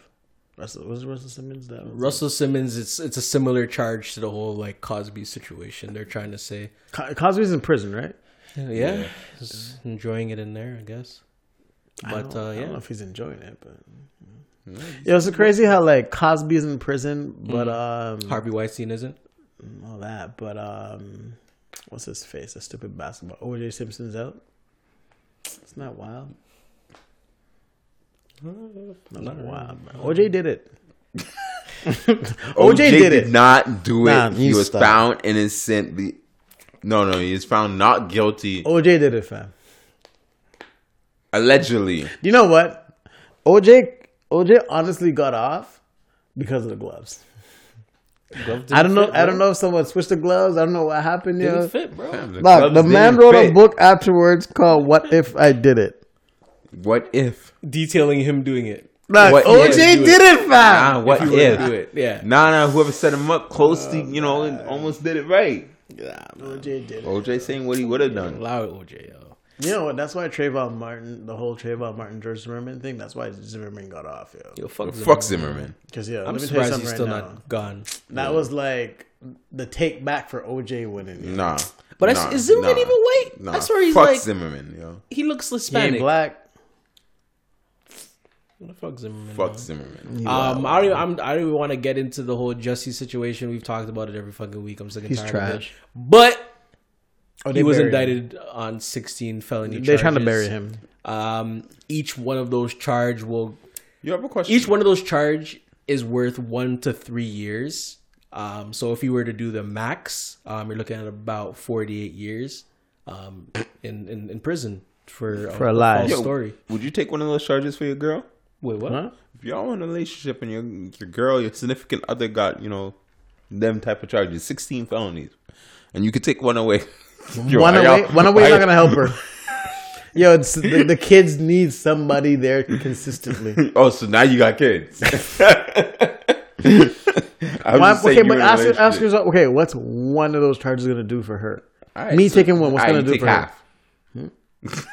Russell was it Russell Simmons that was
Russell Simmons, it's it's a similar charge to the whole like Cosby situation. They're trying to say,
Co- Cosby's in prison, right?
yeah, he's enjoying it in there, I guess. But uh,
I don't know
yeah,
if he's enjoying it, but it was crazy how like Cosby's in prison, but um,
Harvey Weinstein isn't.
all that, but um, what's his face? A stupid basketball. OJ Simpson's out. It's not wild.
Uh,
Not wild, bro. OJ did it. OJ, did it.
not do it.
Nah,
he
you
was
stop.
found innocently. No, no, he was found not guilty.
OJ did it, fam.
Allegedly.
You know what? OJ OJ honestly got off because of the gloves. I don't know. I don't know if someone switched the gloves. I don't know what happened.
Didn't
Yo.
fit, bro.
Look, the man wrote a book afterwards called "What If I Did It."
What if?
Detailing him doing it.
Like
What
OJ
if
you-
did it, fam.
Nah, what
If
if?
you were to do it, yeah.
Nah, nah, whoever set him up closely, you know, and almost did it right.
Yeah, OJ did it.
OJ saying what he would have done.
Allow it, OJ. Yo.
You know what? That's why Trayvon Martin, the whole Trayvon Martin George Zimmerman thing. That's why Zimmerman got off, yo.
Yo, fuck,
Fuck Zimmerman.
Because yeah,
I'm
let me tell you
surprised
something
he's
right
still
now.
not gone.
That was like the take back for OJ winning. yo.
Nah.
But I
nah,
s- is Zimmerman even white?
Nah.
I swear he's
Fuck
like-
Zimmerman, yo.
He looks
He ain't
Hispanic.
black.
Fuck Zimmerman.
Fuck Zimmerman.
Um, I don't. Even, I'm, I don't even want to get into the whole Jesse situation. We've talked about it every fucking week. I'm sick and
He's
tired of it.
trash.
But
Oh,
he was
buried him.
indicted on 16 felony.
They're trying to
charges.
bury him.
Um, each one of those charge will.
You have a question?
Each one of those charge is worth one to three years. Um, so if you were to do the max, um, you're looking at about 48 years, um, in, in in prison for
For a lie.
false
Yo,
story.
Would you take one of those charges for your girl?
Wait, what?
Huh?
If y'all in a relationship and your your girl, your significant other got, you know, them type of charges, sixteen felonies. And you could take one away. (laughs) Yo,
one
are
away,
y'all-
one away is
are
not gonna (laughs) help her. Yo, it's, the, the kids need somebody there consistently.
y'all- Oh, so now you got kids. (laughs) I was
Why-
just saying
okay,
you
but
in a
ask,
relationship.
ask yourself, okay, what's one of those charges gonna do for her?
All right,
Me
so-
taking one, what's
all right,
gonna
you
do
take
for her?
half.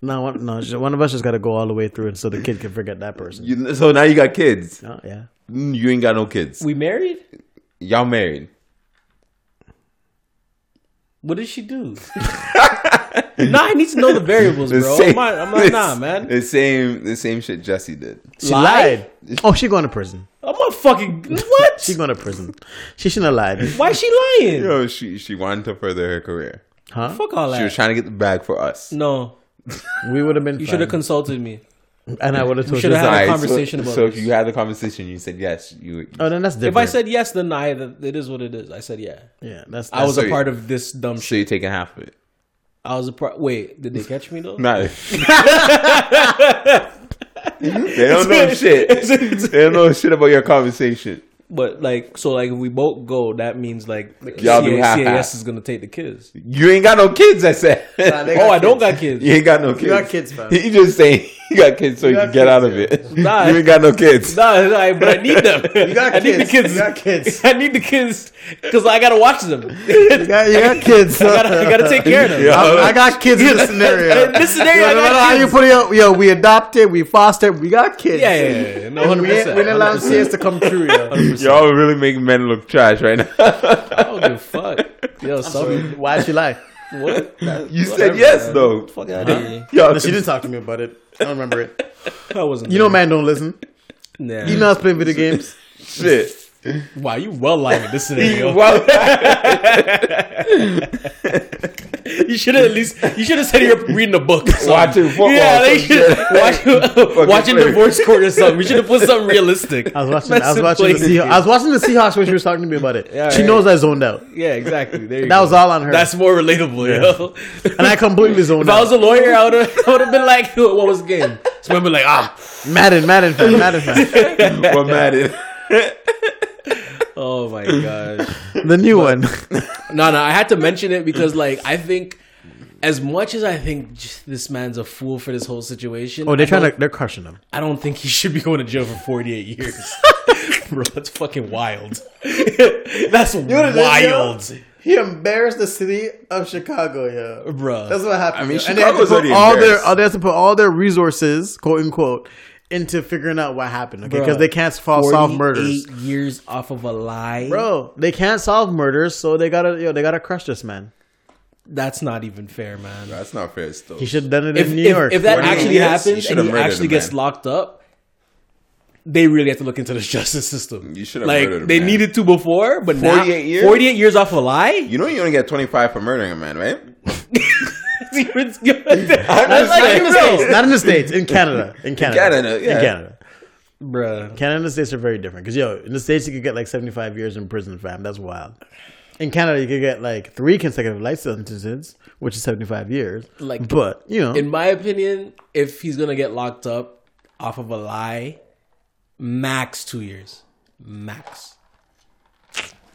No, one, no, just- one of us just gotta go all the way through, and so the kid can forget that person.
You, so now you got kids.
Oh, yeah,
Mm, You ain't got no kids.
We married?
Y'all married.
What did she
(laughs)
do? nah, I need to know the variables, bro. I'm not, I'm not nah, man.
(laughs) The same, the same shit Jesse did.
she
Lie?
lied. Oh, she going to prison.
I'm not fucking what?
She going to prison. She shouldn't have lied,
Why is she lying?
Yo, she she wanted to further her career.
huh?
Fuck all
She
that.
was trying to get the bag for us.
no,
We would have been.
you should have consulted me.
and I would have told you.
shoulda had-
that.
a
Alright,
conversation
so,
about
so
this.
if you had the conversation, you said yes. You
Oh, then that's different.
If I said yes, then I that it is what it is. I said yeah.
yeah, that's, that's
I was
so
a
you-
part of this dumb
so
shit.
you're taking half of it.
I was a part. Wait, did they catch me though?
No, (laughs) they don't know shit. they don't know shit about your conversation.
But like, so like, if we both go, that means like the
Y'all do
CA
half-half.
CAS is gonna take the kids.
You ain't got no kids. I said.
they
Oh, I don't got kids.
(laughs) you ain't got no kids.
got kids, fam.
(laughs) He just saying You got kids so you,
got
can get
kids,
out of
yeah.
it. (laughs)
Nah.
You ain't got no kids.
No, no, I- but I need them.
(laughs) You got
I need the
kids.
kids.
(laughs) You got kids.
I need the kids because I gotta watch them.
You got, you got kids.
(laughs) I gotta, I gotta take care
(laughs)
of them.
Yeah.
I, I got kids in this scenario.
In this scenario,
Yo,
I
no
got
matter how you
kids.
put it, yo, yo, we adopted, we fostered, we got kids.
Yeah, yeah, yeah, yeah. No,
And we
100%.
ain't, we didn't allow CS to come true, yo.
Y'all really make men look trash right
I
now.
don't give a
(laughs)
(laughs)
fuck. Yo, sorry.
Why she lie?
What?
you said yes though.
Fuck out of here.
Y'all
No, she
can-
didn't talk to me about it. I don't remember it.
I wasn't.
You know, man, don't listen.
Nah.
You know, I was playing video games.
shit.
Wow, you well lying (laughs) in this
(laughs)
scenario. You should have at least. You should have said you're reading a book. or something.
Watching football
Yeah,
or
they
some
should
(laughs)
(laughs)
Fucking
watch, watching
play.
divorce court or something. We should have put
(laughs)
something realistic.
I was watching. I was
Massive
watching the
play.
Seahawks. I was watching the Seahawks when she was talking to me about (laughs) it.
Yeah,
she
right.
knows I zoned out.
Yeah, exactly. There you
That
go.
was all on her.
That's more relatable, yo. (laughs)
and I completely (laughs) zoned
If I was
out.
a lawyer, I would have. I would have been like, (laughs) "What was the game?" So I'd be like, "Ah,
Madden, Madden fan, (laughs) Madden fan.
What mattered?
oh my (laughs) gosh."
The new (laughs) one.
No, no, I had to mention it because, like, I think as much as I think j- this man's a fool for this whole situation,
Oh,
I
they're trying
don't-
to. They're crushing them.
I don't think he should be going to jail for 48
(laughs)
years. Bro, that's fucking wild. that's wild.
He embarrassed the city of Chicago, yeah.
Bruh.
That's what happened.
I mean,
yo. and they had to
Chicago's
put
already
all their
embarrassed.
oh, they have to put all their resources, quote unquote, into figuring out what happened. Okay, because
Bruh.
they can't fall, solve
48
murders,
years off of a lie.
bro. They can't solve murders, so they gotta yo, they gotta crush this man.
That's not even fair, man.
That's not fair. Still,
He should have done it
If,
in New
if-
York.
if that
48
actually
years, you
happens
should
and
have
he
murdered
actually
the
gets
man.
locked up, they really have to look into the (laughs) justice system.
You should have
like
murdered the
they
man.
needed to before, but 48 now
48 years?
48 years off a lie. (laughs)
you know you only get twenty five for murdering a man, right?
It's good.
(laughs)
That's
not
like,
in the states, (laughs) not in the states, in Canada, in Canada,
Canada, yeah.
in Canada.
bro. (laughs) Bruh.
Canada and the states are very different because yo, in the states you could get like seventy five years in prison, fam. That's wild. In Canada, you could get like three consecutive life sentences, which is seventy five years.
Like-
but you know,
In my opinion, if he's gonna get locked up off of a lie, max two years, max.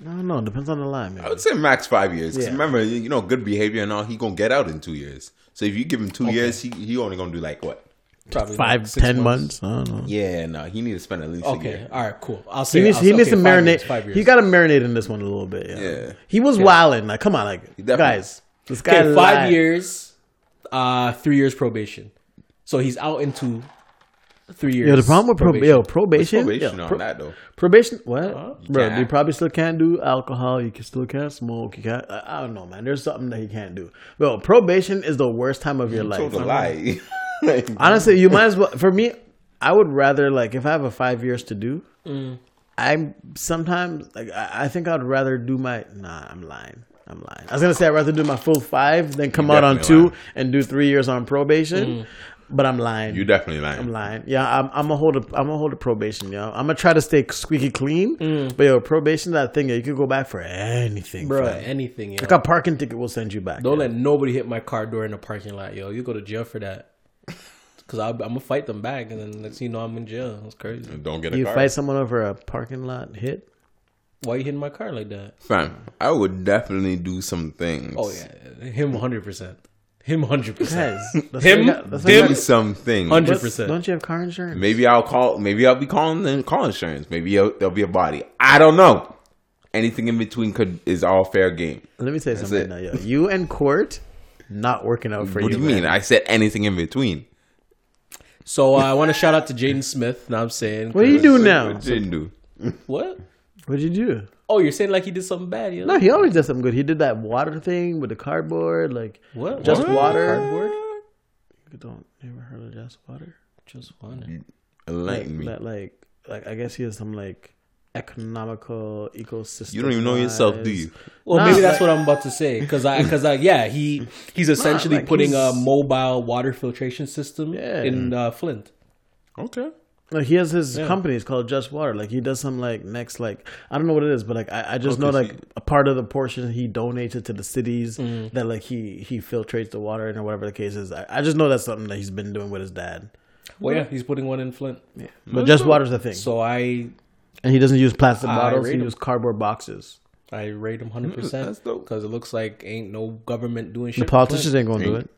I don't know. Depends on the line, man.
Oh,
I would say max five years. 'Cause
Yeah.
remember, you you know, good behavior and all, he gonna get out in two years. So if you give him two years, he he only gonna do like what?
Probably
Five,
like six
ten months. I don't know.
Yeah, no, he need to spend at least a
Okay,
year.
all right, cool. I'll say
He needs,
I'll
he
say,
needs
okay,
to
five
marinate.
years, five years.
He got to marinate in this one a little bit. Yeah,
Yeah.
he was wilding. Like, come on, like
definitely-
guys, this guy.
okay,
lied.
five years, uh, three years probation. So he's out into three years.
Yo, the problem with prob-
probation.
yo, probation,
Probation
yo,
on
pro-
that though.
probation, what, bro?
can't.
You probably still can't do alcohol. You can still can't smoke. You can't. I, I don't know, man. There's something that he can't do. Bro, probation is the worst time of your life.
Told a lie. (laughs) Like,
Honestly, you might as well. For me, I would rather like if I have a five years to do.
Mm.
I'm sometimes like I, I think I'd rather do my. Nah, I'm lying. I'm lying. I was gonna say I'd rather do my full five than come out on
definitely
two
lying.
and do three years on probation.
Mm.
But I'm lying.
you definitely lying.
I'm lying. Yeah, I'm. I'm a hold. I'm a hold of probation, yo. I'm gonna try to stay squeaky clean.
Mm.
But yo, probation that thing. Yo, you could go back for anything,
bro.
bro.
Anything, yo.
Like a parking ticket will send you back.
Don't
yo.
let nobody hit my car door in the parking lot, yo. You go to jail for that.
(laughs)
Cause I'm gonna fight them back, and then next thing you know, I'm in jail. It's crazy.
Don't get a
you
car.
fight someone over a parking lot hit.
Why you hitting my car like that?
Fam, I would definitely do some things.
Oh yeah, him 100, percent (laughs) him 100, percent
Guys, that's what
Him?
I got- that's what I
Do
got.
some things.
Hundred-
What's-
100%.
Don't you have car insurance?
Maybe I'll call. Maybe I'll be calling the call insurance. Maybe it'll- there'll be a body. I don't know. Anything in between could is all fair game.
Let me tell you something
it.
now, yo. You and court not working out for
What
you.
do you mean?
man.
I said anything in between.
(laughs) So uh, I want to shout out to Jaden Smith. Now I'm saying,
What do you do now?
What didn't do.
What?
What'd you do?
Oh, you're saying like he did something bad? Yo.
No, he always does something good. He did that water thing with the cardboard, like
What?
just
What?
water.
Cardboard?
You don't you ever heard of just water?
Just water.
Enlighten me.
That like like I guess he has some like economical ecosystem.
You don't even know yourself, do you?
Well,
Nah,
maybe that's
like-
what I'm about to say. Because I, because I, yeah, he he's essentially
like,
putting
he's-
a mobile water filtration system
Yeah.
in uh, Flint.
Okay.
Like he has his company. It's called Just Water. Like he does some like next like I don't know what it is, but like I, I just know like a part of the portion he donated to the cities that like he he filtrates the water in or whatever the case is. I, I just know that's something that he's been doing with his dad.
Well, yeah, he's putting one in Flint. Yeah.
But Just Water's a thing,
So I
and he doesn't use plastic bottles. He
rate him.
uses cardboard boxes.
I rate him 100 percent
Mm,
That's dope.
because it looks like ain't no government doing shit.
Politicians ain't gonna do it.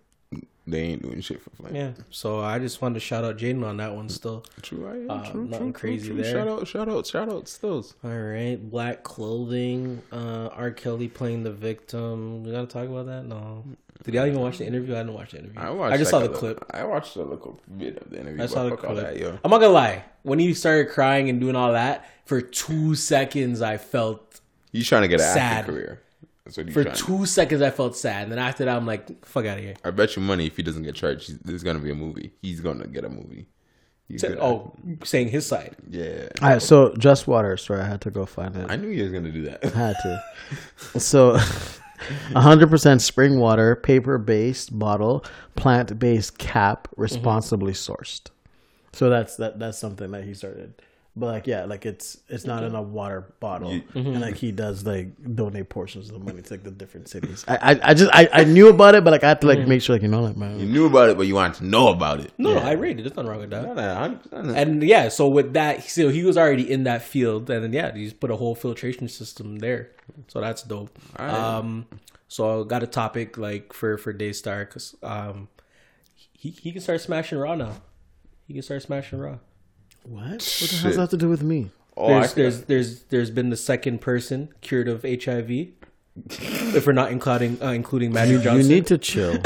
They ainint doing shit for fun.
Yeah. So I just wanted to shout out Jaden on that one still.
True, I am.
Uh,
true,
nothing
true,
crazy
true, true.
there.
Shout out, shout out, shout out, Stills.
All right. Black clothing. Uh, R. Kelly playing the victim. We gotta talk about that. No. Did y'all even watch the interview? I didn't watch the interview.
I watched.
I just
like
saw
a
the
little-
clip.
I watched a little bit of the interview.
I saw the
but fuck all
clip.
that, yo.
I'm not gonna lie. When he started crying and doing all that for two seconds, I felt
He's trying to get an
Sad.
acting career. That's what he's
for
trying.
two seconds I felt sad. And then after that, I'm like, fuck out of here.
I bet you money if he doesn't get charged, he's, there's gonna be a movie. He's gonna get a movie. He's
Said-
good at-
oh, saying his side.
yeah.
All right, so just water. Sorry, I had to go find it.
I knew he was gonna do that. (laughs)
had to. So, (laughs) 100% spring water, paper based bottle, plant based cap, responsibly sourced. So that's that. That's something that he started. But like, yeah, like it's it's not in a water bottle, and like he does like donate portions of the money to like the different cities. I I, I just I, I knew about it, but like I had to like make sure like you know like
You
man.
knew about it, but you wanted to know about it.
No, no, I rated. it. There's nothing wrong with that.
Not a hundred percent.
And yeah, so with that, so he was already in that field, and then yeah, he's put a whole filtration system there. So that's dope. Um, so I got a topic like for for Daystar because um, he he can start smashing raw now. He can start smashing raw.
What? What the hell
Shit.
does that have to do with me?
Oh, I
There's there's
could-
there's there's been the second person cured of HIV.
(laughs)
if we're not including uh, including Manu Johnson,
You need to chill.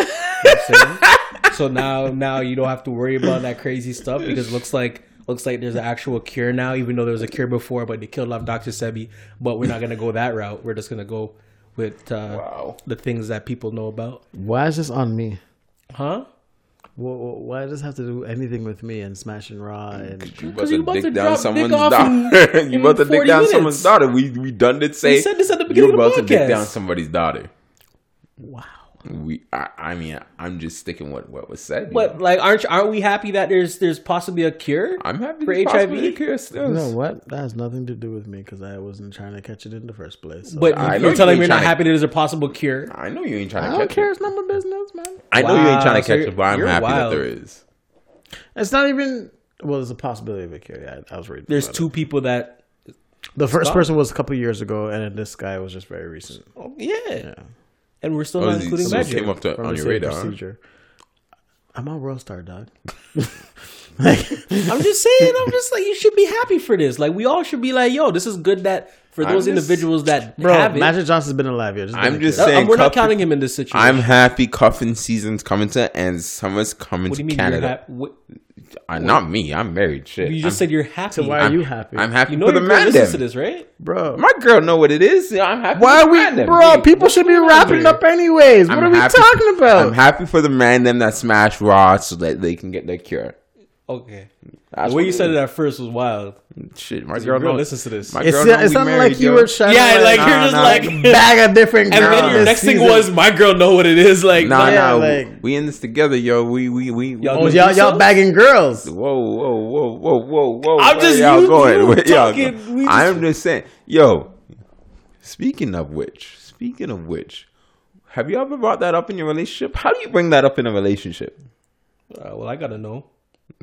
so now now you don't have to worry about that crazy stuff because it looks like looks like there's an actual cure now, even though there was a cure before, but they killed off Dr. Sebi. But we're not gonna go that route. We're just gonna go with uh,
Wow.
the things that people know about.
Why is this on me?
Huh?
Wha- wha- Why does this have to do anything with me and smashing raw and
You about
'Cause
to
you about
dick
to
down
drop dick
someone's
off in-
daughter. (laughs) you
in
about to dick
40
down
minutes.
someone's daughter. We we done did say.
said this at the beginning
You're
of
about
the
to dick
podcast.
down somebody's daughter.
wow?
We, I, I mean, I'm just sticking what what was said. you
But
know.
like aren't aren't we happy that there's there's possibly a cure?
I'm happy
for
to possibly
HIV?
cure still.
You know what? That has nothing to do with me because I wasn't trying to catch it in the first place. so-
but
I know
you're telling
you
me you're not
tryna-
happy that there's a possible cure.
I know you ain't trying
I
to
don't
catch
care.
care. it.
It's not my business, man.
I know you ain't
Wow,
trying to
so
catch
you're-
it, but I'm
you're
happy
wild.
that there is.
It's not even. Well, there's a possibility of a cure. Yeah, I, I was reading.
There's
about
two people that
it. The first person was a couple years ago, and then this guy was just very recent.
oh, yeah. And we're still
Oh,
not
is he-
including
so
magic.
came up to-
from
on
the
your
same
radar, huh?
Procedure. I'm a world star, dog. (laughs) like,
I'm just saying. I'm just like you should be happy for this. Like we all should be like, yo, this is good that for
I'm
those
just-
individuals that
bro,
have it.
Magic Johnson's been alive. Yeah,
I'm
been a
just
kid.
Uh,
saying
we're not
cuff-
counting him in this situation.
I'm happy cuffing season's coming to and summer's coming
what do you
to
mean you're
Canada.
happy? You
Uh, not me. I'm married. Shit.
just
I'm,
said you're happy.
So why are
I'm-
you happy?
I'm happy
you know
for
you're
the man.
listening to
Them.
this, right?
bro.
My girl know what it is. I'm happy.
Why
for
are
the man
we,
them.
bro?
Really.
People should be wrapping up anyways. What
I'm
are we
happy-
talking about?
I'm happy for the man them that smash Raw so that they can get their cure.
Okay.
That's
the way
what
you said
it
it at first was wild.
Shit, my girl,
girl
know-
listens to this.
My
It's,
girl know
it's
we
not
married,
like you
yo.
were shouting.
(laughs) Yeah, like, you're
"Nah,
just
nah,
like-
bag of (laughs) different
(laughs) And
girls.
then your
this
next thing
season."
was, my girl know what it is. Like,
Nah,
Yeah,
nah,
like-
we in this together, yo. We, we, we. we-
Y'all
oh
whoa,
do-
y'all
so?
y'all bagging girls.
whoa, whoa, whoa, whoa, whoa.
I'm
where
just-
y'all
you-
going.
you
Where (laughs) y'all
talking,
going?
we just-
I'm just saying, yo. Speaking of which, speaking of which, have you ever brought that up in your relationship? How do you bring that up in a relationship?
Uh, well, I gotta know.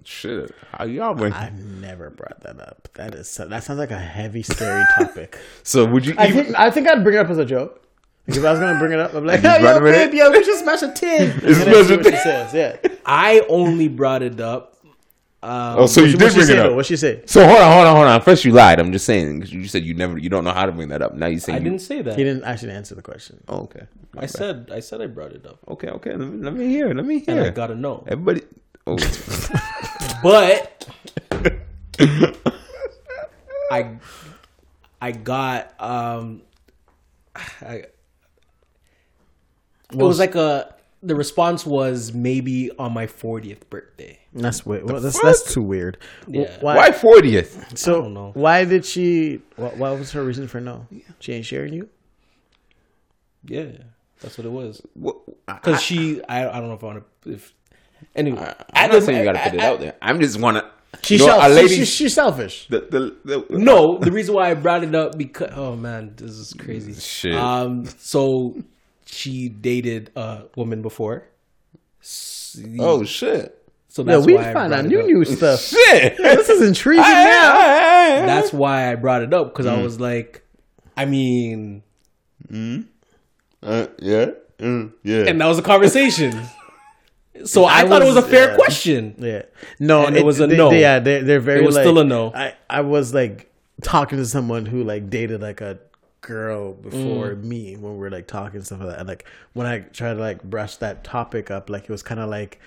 Shit, how y'all bring?
I've never brought that up. That is so- that sounds like a heavy, (laughs) scary topic.
so would you?
I
even-
think I think I'd bring it up as a joke. Because I was gonna bring it up, I'm like,
you
"Hey, yo,
run with
babe,
it?
yo, we should smash a tin." And then
It's
see
smash a
what she
tin.
says, (laughs) yeah.
I only brought it up. Um,
oh, so you
What
did
she
bring
say?
it
Though?
up.
What she say?
So hold on, hold on, hold on. First you lied. I'm just saying 'cause you said you never, you don't know how to bring that up. Now you say
I
you,
didn't say that.
He didn't actually answer the question.
Oh, okay.
I said I said I brought it up.
Okay, okay. Let me, let me hear. Let me
And I
hear.
gotta know.
Everybody. Oh,
but I I got um I it was like a the response was maybe on my 40th birthday.
That's way, well, that's that's too weird.
Yeah.
Why,
(laughs)
(laughs)
why fortieth?
So
don't know.
why did she? What, what was her reason for no? She ain't sharing you.
Yeah, that's what it was.
Because
Cuz she I, I don't know if I want to if anyway.
I'm
At
not
the-
saying you gotta put it
I-
out there. I'm just wanna.
She's
you know,
selfish.
a lady.
she, she, she's selfish.
the, the, the,
No, the reason why I brought it up because oh man, this is crazy.
Shit.
Um, so she dated a woman before. S-
Oh shit.
so
Yeah,
that's
we
why I
find
brought
out
it
new
up.
new stuff. (laughs)
Shit. (laughs)
this is intriguing now.
That's
That's why I brought it up because I was like, I mean,
uh, yeah. Mm, yeah.
and that was a conversation. (laughs) So I,
I
thought it was
was-
a fair
yeah.
question.
Yeah. No,
And it was a
they-
no.
they- yeah, they're, they're very.
It was
like-
still a no.
I, I was like talking to someone who like dated like a girl before me when we were like talking and stuff like that. And like when I tried to like brush that topic up, like it was kind of like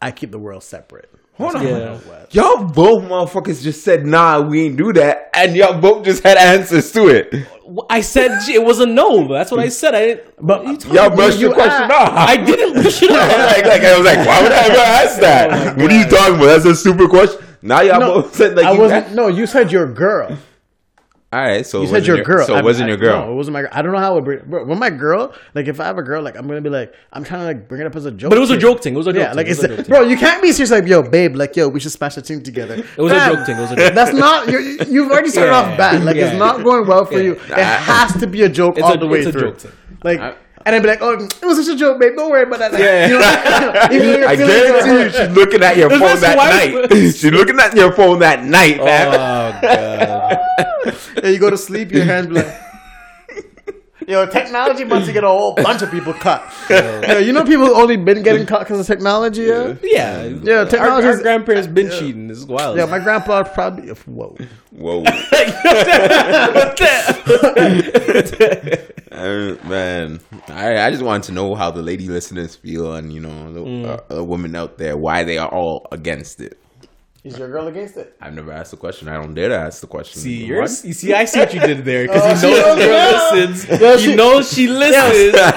I keep the world separate.
Hold
(laughs)
on.
Yeah.
Y'all both motherfuckers just said, nah, we ain't do that. And y'all both just had answers to it.
Well, I said "Gee, it was a no. That's what I said. I didn't.
But
(laughs)
Y'all brushed
you
the question
a-
off. (laughs)
I didn't push (laughs) it up.
like, like, I was like, why would I
(laughs)
ever
Oh
ask that? what are you talking about? That's a super question. Now y'all
No,
both said, like,
I
you
wasn't. No, you said your girl.
All right, so
You said your girl.
So
I-
it wasn't
I-
your girl.
No, it wasn't my girl. I don't know how it. bring- Bro, when my girl, like, if I have a girl, like, I'm gonna be like, I'm trying to like bring it up as a joke.
But it was a
thing.
joke thing. It was a joke.
Yeah,
thing.
like
it was
it's
a joke thing.
bro, you can't be serious like yo, babe, like yo, we should smash the team together. It
was a joke thing, it was a joke.
That's not you're, you've already started
Yeah.
off bad. Like
Yeah.
it's not going well for you. It
Nah.
has to be a joke
It's
all
a-
the way
it's a
through.
joke thing.
Like.
I-
and I'd be like, "Oh, it was just a joke, babe. Don't worry about that." Like,
Yeah.
(laughs)
you know, even though you're
I
feeling
guarantee
good.
you, she's looking at your
Is
phone
this
that
wife?
night. (laughs) she's looking at your phone that night,
(laughs)
man.
Oh god.
And you go to sleep, your hands be
(laughs)
like. Yo, technology about to get a whole bunch of people cut. Yo, you know people only been getting cut because of technology. Yeah,
Yeah.
Yeah,
Our, our
technology's-
grandparents been cheating. It's wild.
yeah. My grandpa probably. Whoa.
(laughs) Whoa, Uh, man! I I just wanted to know how the lady listeners feel, and you know, the,
Mm.
uh, uh, women out there, why they are all against it.
Is your girl against it?
I've never asked the question. I don't dare to ask the
(laughs) (laughs)
question.
See,
What?
you're,
(laughs)
you see, I see what you did there (laughs) because he
Oh, she
knows
knows
the girl
now.
(laughs) listens.
Yeah,
he
she-
knows she listens.
no, no, no,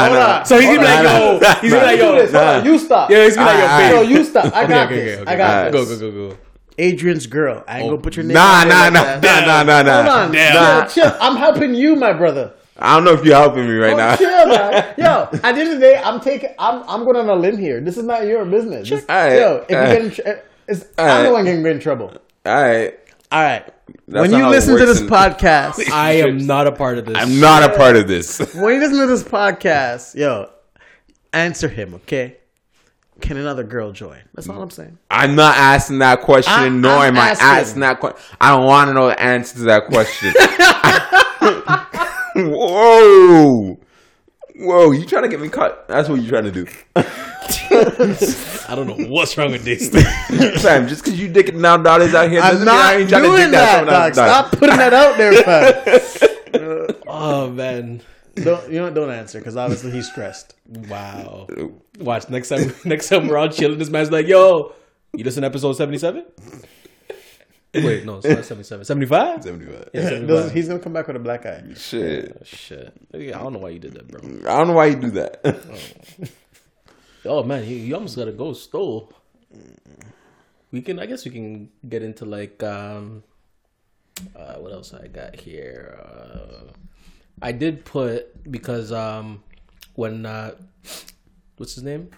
hold
no.
(laughs)
on.
So he's gonna be like,
Nah,
yo, (laughs)
nah,
he's gonna be like,
nah.
yo,
Do this. Hold on. You
(laughs)
stop.
yeah, he's gonna be
Ah,
like,
Yo,
yo, babe.
you stop. I got this. I got
okay.
this. Oh.
Go, go, go, go, go.
Adrian's girl. I ain't gonna put your name.
Nah,
out there
nah,
like
nah,
that.
nah, nah, nah,
Hold
nah.
on.
Nah.
Yo, chill. I'm helping you, my brother.
I don't know if you're helping me right
Oh,
now.
chill, man.
(laughs)
Yo, at the end of the day, I'm taking. I'm. I'm going on a limb here. This is not your business. This,
All right.
Yo, if you
All right.
get in, tr- eh, it's, I'm the
right.
one getting in trouble.
All right.
All right.
That's
when
not
you
how it
listen to
works
this
in-
podcast,
(laughs)
I am not a part of this.
I'm not a part of this. (laughs)
when you listen to this podcast, yo, answer him, okay? Can another girl join? That's all I'm saying.
I'm not asking that question,
I-
nor
I'm
am I
asking.
asking, that question. I don't want to know the answer to that
(laughs)
question. Whoa. Whoa, you trying to get me caught. That's what you're trying to do.
I don't (laughs) know what's wrong with this.
Fam, just because you dicking down dollars out here
I'm
doesn't mean I
not
ain't trying to
doing
dick
that, dog.
that. someone
Stop
else
putting that out there,
(laughs)
fam.
oh man,
don't you know, don't answer because obviously he's
(laughs)
stressed.
(laughs) wow. Watch next time. (laughs) Next time we're all chilling, this man's like, yo, you listen to episode seventy-seven? Wait, no, it's not seventy-seven. Seventy-five?
died. (laughs)
Those- he's gonna come back with a black eye.
Shit.
Shit, I don't know why you did that, bro.
I don't know why you do that. (laughs)
Oh man, you, you almost got a ghost though. We can, I guess, we can get into like, um, uh, what else I got here? Uh, I did put because um, when uh, what's his name,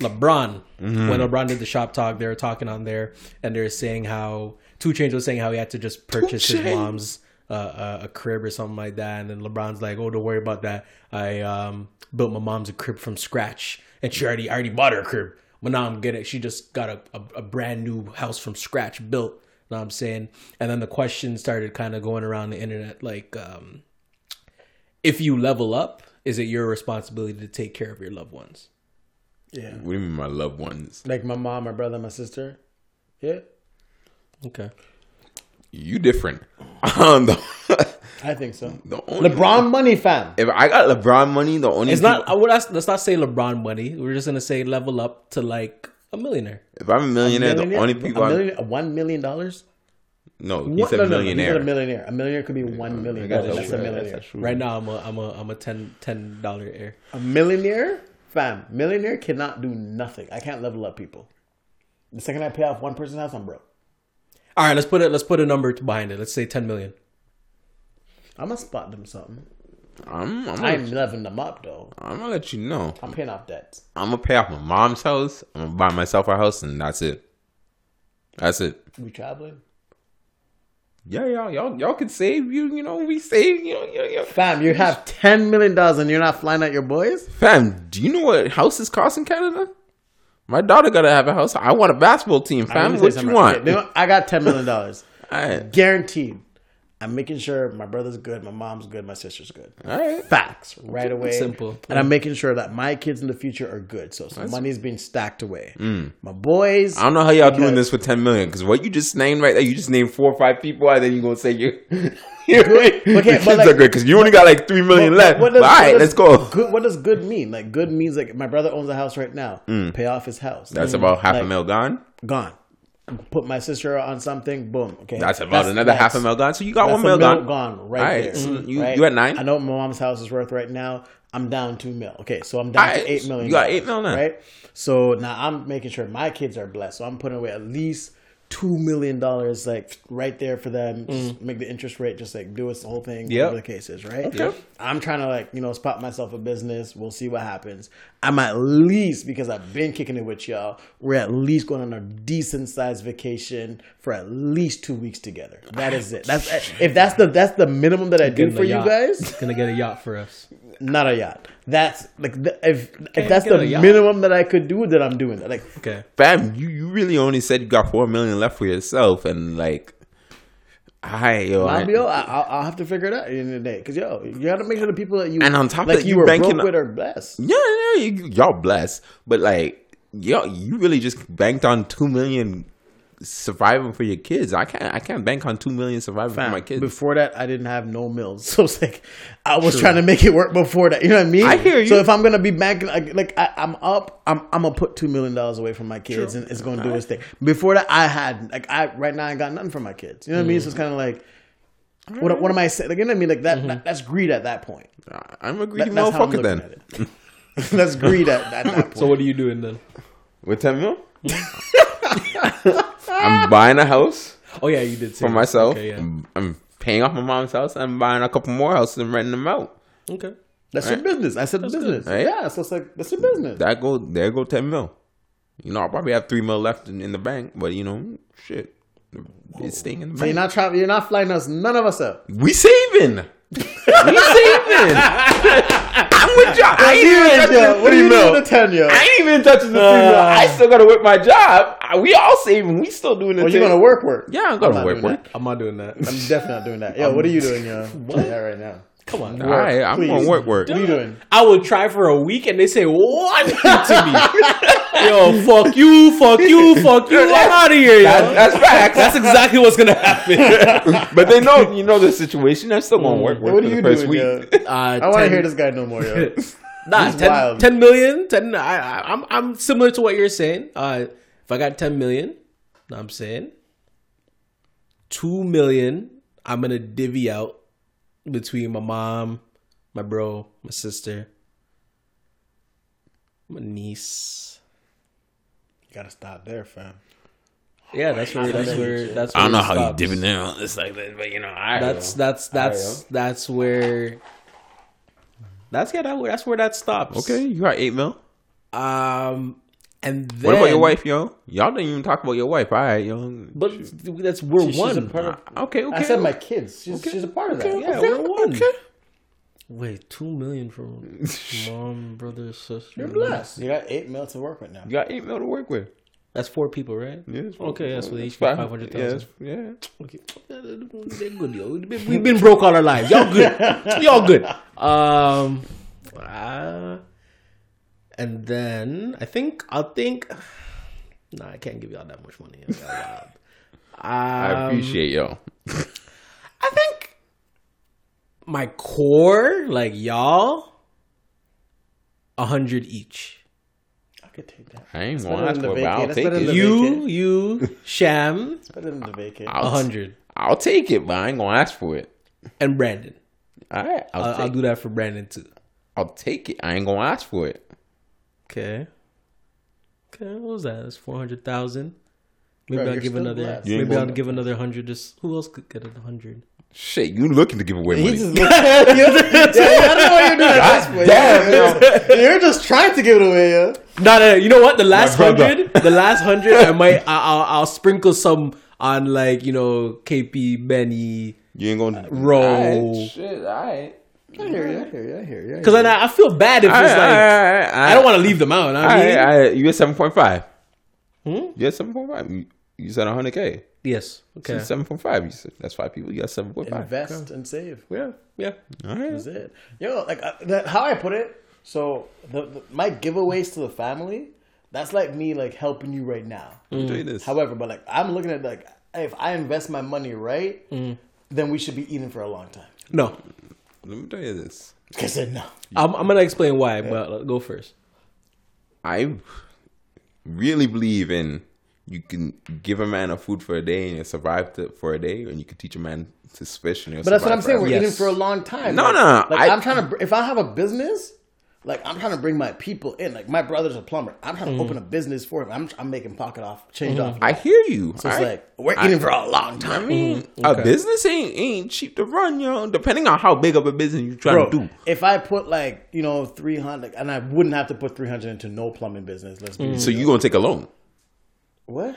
LeBron, when LeBron did the shop talk, they were talking on there, and they were saying how Two Chainz was saying how he had to just purchase his
Chainz.
mom's uh, uh, a crib or something like that, and then LeBron's like, "Oh, don't worry about that. I um, built my mom's a crib from scratch, and she already I already bought her a crib, but now I'm getting she just got a, a, a brand new house from scratch built." You know what I'm saying? And then the question started kind of going around the internet, like, um, if you level up, is it your responsibility to take care of your loved ones?
Yeah,
what do you mean, my loved ones?
like my mom, my brother, my sister. Yeah,
Okay.
You different. Um, the, (laughs)
I think so.
the only,
LeBron money, fam.
If I got LeBron money, the only
It's
people-
not. I would ask, let's not say LeBron money. We're just gonna say level up to like a millionaire.
If I'm a millionaire, the
Millionaire?
only people
a
I'm
million, one million dollars.
no,
What?
he said
No, no, no, he said
millionaire.
a millionaire. A millionaire could be one million.
That's
dollars. That's a
true.
millionaire.
true.
Right now, I'm a I'm a I'm a ten ten dollar heir.
A millionaire, fam. Millionaire cannot do nothing. I can't level up people. The second I pay off one person's house, I'm broke.
All right, let's put it. Let's put a number behind it. Let's say ten million.
I'm gonna spot them something.
I'm, I'm,
I'm
gonna,
leveling them up though.
I'm gonna let you know.
I'm paying off debts.
I'm gonna pay off my mom's house. I'm gonna buy myself a house, and that's it. That's it.
We traveling,
Yeah, y'all, y'all, y'all can save you. You know, we save you. Know, you know, you know.
fam. You have ten million dollars and you're not flying out your boys.
Fam, do you know what houses cost in Canada? My daughter gotta have a house. I want a basketball team,
Let
fam.
me say
What you
something.
want? (laughs)
Okay, you know what? I got ten million dollars,
All right.
guaranteed. I'm making sure my brother's good, my mom's good, my sister's good.
All right.
Facts right away.
Simple.
And I'm making sure that my kids in the future are good. So some money's being stacked away. My boys.
Mm. I don't know how y'all doing this with 10 million because what you just named right there, you just named four or five people, and then you gonna say you, (laughs) you're
Good.
your
Okay,
kids
but like-
are good because you only got like three million left.
what
But all right,
what
let's go.
Good, what does good mean? Like good means like my brother owns a house right now. Pay off his house.
Mm. That's about half a
Mm, Like-
mil gone.
gone. Put my sister on something. Boom. Okay.
That's about another half a
that's-
mil gone. So you got
That's
one
a
mil gone.
right
All right,
there.
so
Mhm.
you-
Right?
you at nine?
I know what my mom's house is worth right now. I'm down two mil. Okay, so I'm
All
down
right,
to eight million.
you got eight mil now.
right? So now I'm making sure my kids are blessed. So I'm putting away at least two million dollars, like right there for them. Just make the interest rate, just like do its whole thing.
Mm. Yep.
whatever the case is, right? I'm trying to like you know spot myself a business. We'll see what happens. I'm at least because I've been kicking it with y'all. We're at least going on a decent sized vacation for at least two weeks together. That is it. That's if that's the that's the minimum that I do
Getting a
for you
yacht. (laughs)
guys
Gonna get a yacht for us.
not a yacht. That's like the, if if that's
get
the
a yacht.
minimum that I could do, then I'm doing that. Like
Okay.
Fam, you, you really only said you got four million left for yourself, and like, I yo, I-
I'll be, oh, I, I'll, I'll have to figure it out at the end of the day. Because yo, you got to make sure the people that you
And on top of
like
that,
you
you
were
banking-
broke with are blessed.
yeah, yeah, you, y'all blessed, but like, yo, you really just banked on two million surviving for your kids. I can't, I can't bank on two million surviving for my kids.
Before that, I didn't have no mills, (laughs) so it's like I was trying to make it work before that. You know what I mean?
I hear you.
So if I'm gonna be banking, like, like I, I'm up, I'm I'm gonna put two million dollars away from my kids, and it's gonna do its thing. Before that, I had like I right now I got nothing for my kids. You know what I mean? So it's kind of like. What, what am I saying? Like, you know what I mean? Like that, that that's greed at that point.
I- I'm a greedy
That- that's how I'm looking
motherfucker then.
at it. That's greed at, at that point.
So what are you doing then?
With ten mil, (laughs) I'm buying a house
Oh yeah, you did say
for
that.
myself.
Okay, yeah.
I'm, I'm paying off my mom's house. and I'm buying a couple more houses and renting them out.
Okay.
that's your business. I said business.
Right?
Yeah, so it's like that's your business.
that go there go ten mil. You know, I probably have three mil left in, in the bank, but you know, shit, it's staying in the
so you're
bank.
not trying. You're not flying us. None of us up.
we saving. we saving. I'm with y'all. I ain't even touching the
What are
three
you
mil.
doing to ten yo?
I ain't even touching the three mil. I still gotta work my job. I- We all saving. We still doing it.
Are Oh, you gonna work? Work?
Yeah, I'm gonna
not
work.
doing
work.
(laughs) I'm not doing that.
I'm definitely not doing that. Yo, (laughs) what are you doing, yo? Doing that right now.
Come on.
All right, I'm gonna
please. (laughs)
work. Work.
What are you doing?
I would try for a week and they say one (laughs) to me. Yo, fuck you, fuck you, fuck you. I'm out of here, yo.
That's facts.
That's exactly what's gonna happen.
but they know you know the situation. I'm still gonna work. Work
Mm. What
for
are
the
you
first
doing?
week.
Yo?
Uh,
I want to hear this guy no more, yo.
Nah,
He's
10,
wild.
10 million. 10, I, I, I'm, I'm similar to what you're saying. Uh, if I got 10 million, know what I'm saying 2 million, I'm going to divvy out between my mom, my bro, my sister, my niece.
gotta stop there, fam.
Yeah, that's where that's where that's. Where
I don't know
it
how you
stops.
dipping in on this like that, but you know, I
That's that's that's that's where. That's yeah. That, that's where that stops.
okay. You got eight mil.
Um, and then
What about your wife, yo? Y'all didn't even talk about your wife. All right, yo.
But that's we're one.
Okay, okay.
I said
(laughs)
my kids. She's, she's a part of that.
yeah,
Okay.
we're one. Wait, two million (laughs) from mom, brother, sister.
You're blessed. You got eight mil to work with now.
You got eight mil to work with.
That's four people, right?
Yes.
Okay, that's what each
Five-
five hundred thousand.
Yeah.
Okay, they're good. Yo. We've been broke all our lives. Y'all (laughs) good. Y'all good. Um, uh, and then I think I'll think. (sighs) Nah, I can't give y'all that much money.
Um,
I appreciate y'all.
(laughs) I think my core, like y'all, a hundred each.
I could take that.
I ain't
better
want to ask
than the
for it, but I'll
vacay. That's
take
better
it.
than
You, you, (laughs) Sham,
Better than the vacate.
I'll,
a hundred,
I'll take it, but I ain't gonna ask for it.
and Brandon. Uh,
All right, I'll,
Uh,
I'll, I'll
take,
do that for Brandon too.
I'll take it. I ain't gonna ask for it.
Okay. Okay, what was that? That's four hundred thousand. Maybe
Bro,
I'll
you're
give
still
another.
blessed.
You ain't
Maybe I'll
going-
give another hundred. Just who else could get a (laughs) hundred?
Shit, you looking to give away
He
money?
just looked at you. I don't know why you're doing it this way.
damn,
yo. (laughs) You're just trying to give it away, yo.
No, no, no, you know what? The last
brother.
hundred, the last hundred, I might, I, I'll, I'll sprinkle some on like you know KP Benny
You ain't gonna
Roll.
All right, shit, all right.
I hear you, I hear you, I hear you. I hear
because I, I feel bad if
All
it's
right, all
like
right, all right, all
I don't want to leave them out. I
All
mean,
Hmm?
right, all right. You at seven point five. You at seven point five. You said hundred k.
Yes. Okay.
Seven point five. You said that's five people. You got seven point five.
Invest and save.
Yeah, yeah. All right.
That's it. Yo, like uh, that, how I put it. So the, the, my giveaways to the family, that's like me like helping you right now.
Enjoy this.
However, but like I'm looking at like if I invest my money right, then we should be eating for a long time.
No,
Let me tell you this.
I said no.
I'm, I'm gonna explain why, but I'll go first.
I really believe in you can give a man a food for a day and you survive to, for a day, and you can teach a man to fish and you
But that's what I'm saying. We're
Yes.
eating for a long time.
No,
like,
no, no.
Like
I-
I, am trying to. br- If I have a business, like I'm trying to bring my people in. Like my brother's a plumber. I'm trying to open a business for him. I'm, I'm making pocket off, change off.
I hear you.
it's
I-
like we're
I-
eating for a long
I
time. Mm-hmm.
mean,
Okay.
a business ain't ain't cheap to run, yo. Depending on how big of a business you're trying
Bro,
to do.
if I put like you know 300, and I wouldn't have to put 300 into no plumbing business. Let's be
So you gonna take a loan.
what?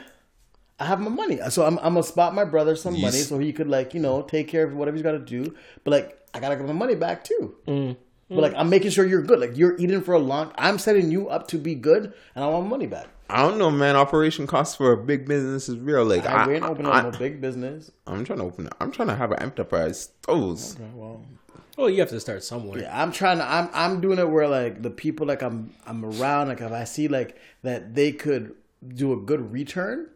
I have my money, so I'm, I'm gonna spot my brother some money
Yes.
so he could like you know take care of whatever he's got to do. But like I gotta get my money back too.
Mm.
But like I'm making sure you're good. Like you're eating for a long. I'm setting you up to be good, and I want my money back.
I don't know, man. Operation costs for a big business is real. Like
I,
I,
we ain't opening
I-
up no big business.
I'm trying to open. I'm trying to have an enterprise. Those.
Well,
Well, Oh, you have to start somewhere.
yeah, I'm trying to. I'm I'm doing it where like the people like I'm I'm around. Like if I see like that they could do a good return,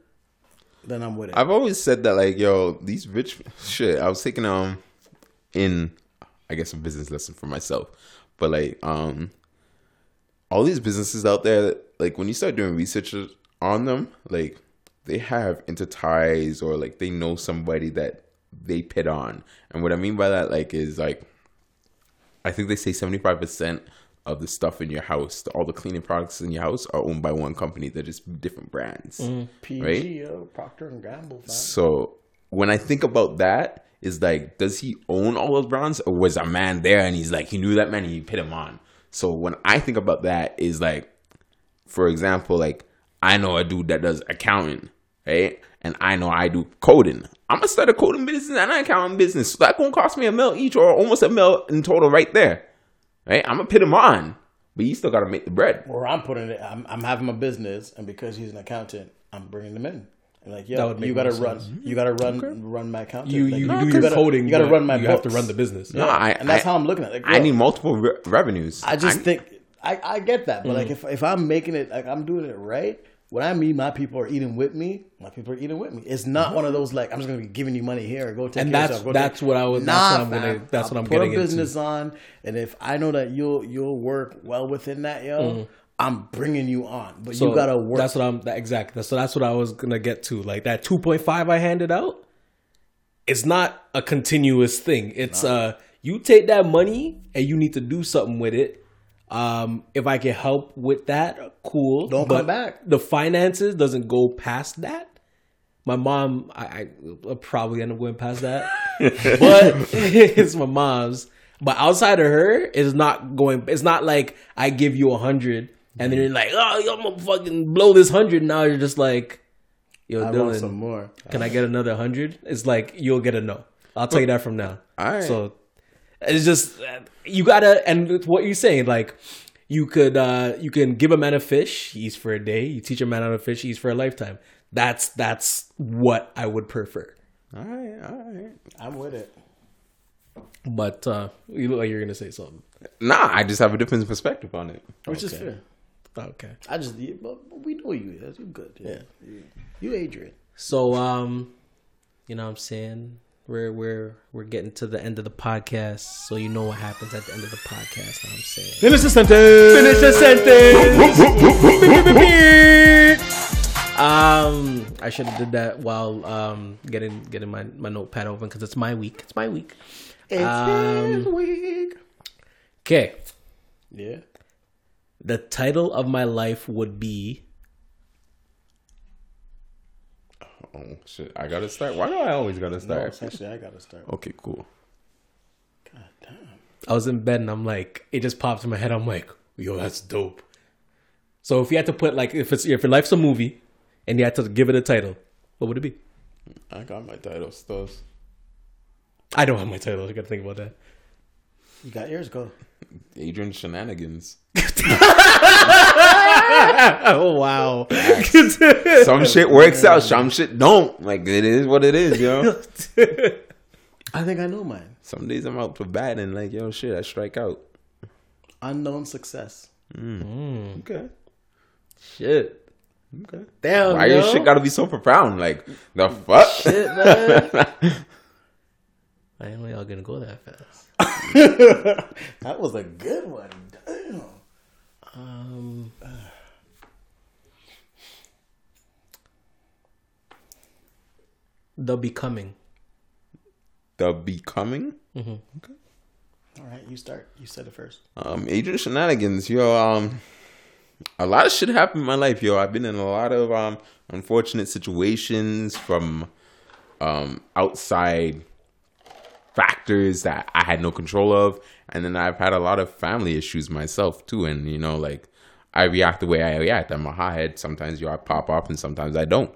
then I'm with it.
I've always said that, like, yo, these rich shit. I was taking um in, I guess, a business lesson for myself, but like, um, all these businesses out there, like, when you start doing research on them, like, they have interties or like they know somebody that they pit on, and what I mean by that, like, is like, I think they say seventy five percent. Of the stuff in your house, all the cleaning products in your house are owned by one company. They're just different brands,
PG,
right?
yo, Procter and Gamble. fam.
So when I think about that, is like, does he own all those brands, or was a man there and he's like, he knew that man and he put him on? So when I think about that, is like, for example, like I know a dude that does accounting, right? And I know I do coding. I'm gonna start a coding business and an accounting business. So that gonna cost me a mil each, or almost a mil in total, right there, right? I'm gonna put him on, but you still gotta make the bread.
Or I'm putting it. I'm, I'm having my business, and because he's an accountant, I'm bringing them in. And like,
That
yo,
would make
you gotta
more
run. You gotta run. Run my accountant.
You
Like,
you
no,
do
'cause
your
gotta-
coding.
You gotta
but
run my.
You have to
books.
run the business.
No, I,
And that's
I-
how I'm looking at it. Like,
I
yo,
need multiple re- revenues.
I just think I, I get that, but
Mm.
like if if I'm making it like I'm doing it right, when I mean my people are eating with me, my people are eating with me. It's not one of those like I'm just gonna be giving you money here or go take
Mm-hmm. And
care
that's-
of yourself. Go
that's
take-
what I was- that's what I'm gonna-
fam.
that's what
I'll
I'm
put
getting
a
into.
business on, and if I know that you'll you'll work well within that, yo, I'm bringing you on. But
Mm-hmm. So
you gotta work.
That's what I'm that, exactly. So that's what I was gonna get to. Like that 2.5 I handed out. It's not a continuous thing. It's uh you take that money and you need to do something with it. Um, if I can help with that, cool.
Don't come back.
The finances doesn't go past that. My mom, I, I I'll probably end up going past that,
(laughs)
but (laughs) it's my mom's. But outside of her, it's not going. It's not like I give you a hundred and then you're like, oh, yo, I'm gonna fucking blow this hundred. Now you're just like, yo,
I want
Dylan,
some more.
can I get another hundred? It's like you'll get a no. I'll tell you that from now.
All right.
So it's just you gotta and it's what you're saying, like you could uh you can give a man a fish, he eats for a day, you teach a man how to fish, he eats for a lifetime. That's that's what I would prefer.
all right, all right.
I'm with it.
But uh you look like you're gonna say something.
Nah, I just have a different perspective on it.
Which is fair.
Okay.
I just but but we know you. That's- You good. Yeah. You Adrian.
So um you know what I'm saying? We're we're we're getting to the end of the podcast, so you know what happens at the end of the podcast, know what I'm saying.
Finish the sentence. Finish the sentence.
Um, I should have did that while um getting getting my my notepad open because it's my week. It's my week.
It's
Um,
his week.
Okay,
Yeah.
the title of my life would be
Oh shit! I gotta start. Why do I always gotta
No,
start?
essentially, I gotta start.
okay, cool.
God damn.
I was in bed and I'm like, it just pops in my head. I'm like, yo, that's dope. So if you had to put like, if it's if your life's a movie, and you had to give it a title, what would it be?
I got my title stuff.
I don't have my title. I gotta think about that.
You got yours. Go.
(laughs) Adrian Shenanigans.
(laughs) Oh
(laughs)
wow.
Some shit works out, some shit don't. Like it is what it is, (laughs) yo.
I think I know mine.
some days I'm out for bad and like, yo, shit, I strike out.
Unknown success.
Okay. Um, Shit. Okay.
Damn.
Why your shit gotta be so profound? Like the fuck?
I didn't know y'all gonna go that fast.
that was a good one. Damn.
Um, the becoming. (laughs)
The becoming.
All right, you start. You said it first.
Um, Adrian Shenanigans, yo. Um, a lot of shit happened in my life, yo. I've been in a lot of um unfortunate situations from um outside factors that I had no control of, and then I've had a lot of family issues myself too, and you know, like I react the way I react. I'm a hothead. Sometimes yo, I pop off, and sometimes I don't.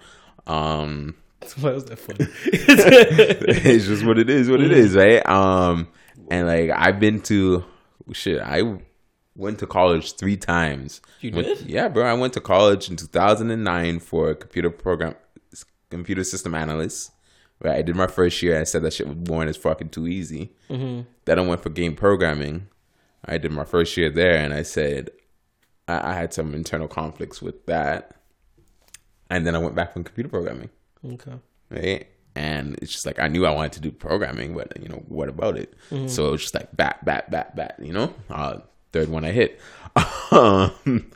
Um,
Why was that
(laughs)
funny?
(laughs) it's just what it is, what it is, right? Um, and like I've been to shit. I went to college three times.
You
Went-
did?
yeah, bro. I went to college in 2009 for computer program, computer system analyst. Right, I did my first year. I said that shit was boring as fucking too easy.
Mm-hmm.
Then I went for game programming. I did my first year there, and I said I, I had some internal conflicts with that. And then I went back from computer programming
okay.
right? And it's just like I knew I wanted to do programming, but you know what about it? So it was just like bat, bat, bat, bat. You know, uh, third one I hit. (laughs) um,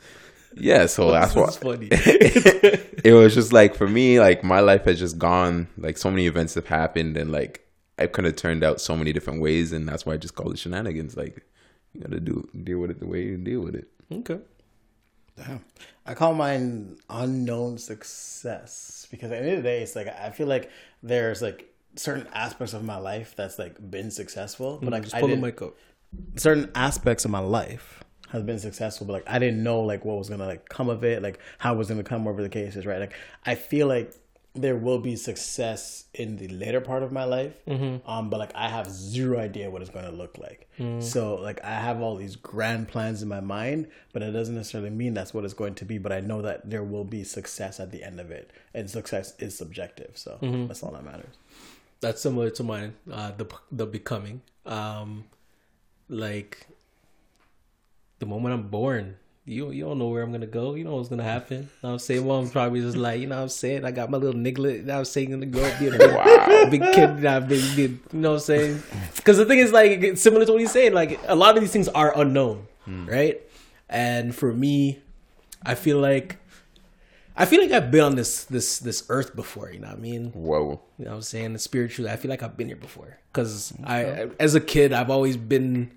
yeah, so that's
This
why
is
(laughs)
funny.
it was just like for me, like my life has just gone. Like so many events have happened, and like I could have turned out so many different ways, and that's why I just call it shenanigans. Like you gotta do deal with it the way you deal with it.
Okay.
Damn. I call mine unknown success because at the end of the day, it's like I feel like there's like certain aspects of my life that's like been successful, but like
Just
I
pull the
didn't-
mic up.
certain aspects of my life has been successful, but like I didn't know like what was gonna like come of it, like how it was gonna come over the cases, right? Like I feel like there will be success in the later part of my life, um, but like I have zero idea what it's gonna look like. So like I have all these grand plans in my mind, but it doesn't necessarily mean that's what it's going to be. But I know that there will be success at the end of it, and success is subjective, so that's all that matters.
that's similar to mine uh the the becoming um like the moment i'm born you you don't know where i'm gonna go you know what's gonna happen you know what i'm saying mom's probably just like you know what i'm saying i got my little nigglet and i'm saying gonna grow up being a big, big kid and i've been been- you know what i'm saying because the thing is like it's similar to what he's saying like a lot of these things are unknown right and for me i feel like i feel like i've been on this this this earth before you know what i mean
Whoa,
you know what I'm saying? The spiritual, I feel like I've been here before. Cause I, as a kid, I've always been,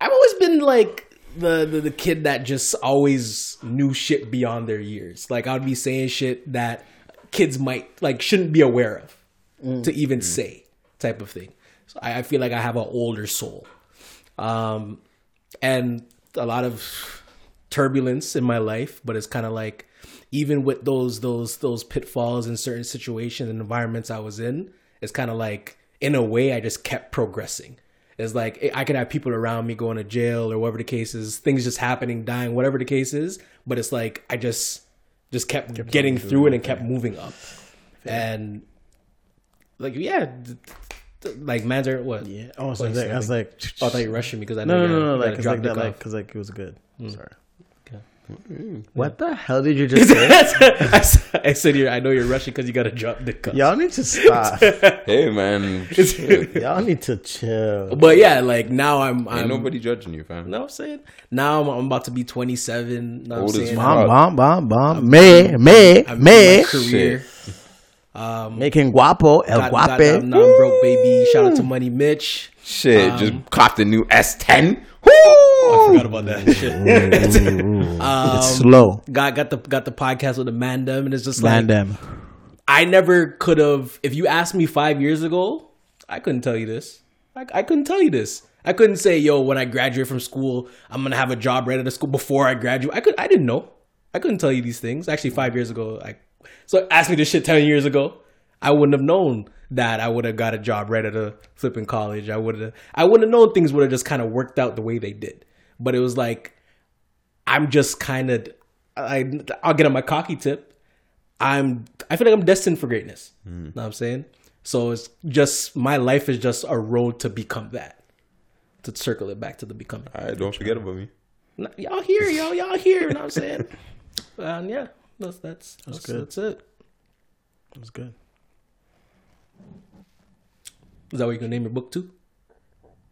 I've always been like the, the, the kid that just always knew shit beyond their years. Like I'd be saying shit that kids might, like shouldn't be aware of to even say type of thing. So I, I feel like I have an older soul. Um, and a lot of turbulence in my life, but it's kind of like even with those those those pitfalls in certain situations and environments I was in, it's kind of like in a way I just kept progressing. It's like I could have people around me going to jail or whatever the case is, things just happening, dying, whatever the case is, but it's like I just just kept, getting through it and kept moving up. And like yeah, th- th- like man's are what?
Yeah. Oh, so like, I was like,
Oh, I thought you were rushing me because I know
No, no,
you
no,
gotta-
no, like, uh,
you
cause
gotta
like
drop
that,
the
like,
cuff.
cause like it was good. Sorry.
Okay.
What the hell (laughs) did you just say?
I s- (laughs) I said, you're, I know you're rushing because you got to drop the cup.
Y'all need to stop. (laughs)
hey man,
Y'all need to chill.
But yeah, like now I'm. I'm
ain't nobody judging you, fam.
know what I'm saying? Now I'm, I'm about to be 27. Know what I'm
Old as
saying?
fuck.
I'm
Wow.
Bomb, bomb, bomb, bomb. Me, me,
I'm in my
me.
career.
Making guapo, el
God, God, I'm not
guape.
broke, baby. Shout out to Money Mitch.
Shit, just cop the new S10.
Forgot about that shit.
It's slow.
(laughs) got got the got the podcast with Amanda, and it's just like
Random.
I never could have. If you asked me five years ago, I couldn't tell you this. I, I couldn't tell you this. I couldn't say, "Yo, when I graduate from school, I'm gonna have a job right out of school before I graduate." I could. I didn't know. I couldn't tell you these things. Actually, five years ago, I so ask me this shit ten years ago, I wouldn't have known that I would have got a job right out of flipping college. I would have. I wouldn't have known things would have just kind of worked out the way they did. But it was like I'm just kind of I I'll get on my cocky tip. I'm I feel like I'm destined for greatness. Know what I'm saying? So it's just my life is just a road to become that. To circle it back to the becoming.
All right, don't forget about me.
Nah, Y'all here, y'all, y'all here. Know what I'm saying? um, yeah, that's that's that's, that's,
good.
it.
It was good.
Is that what you're gonna name your book too?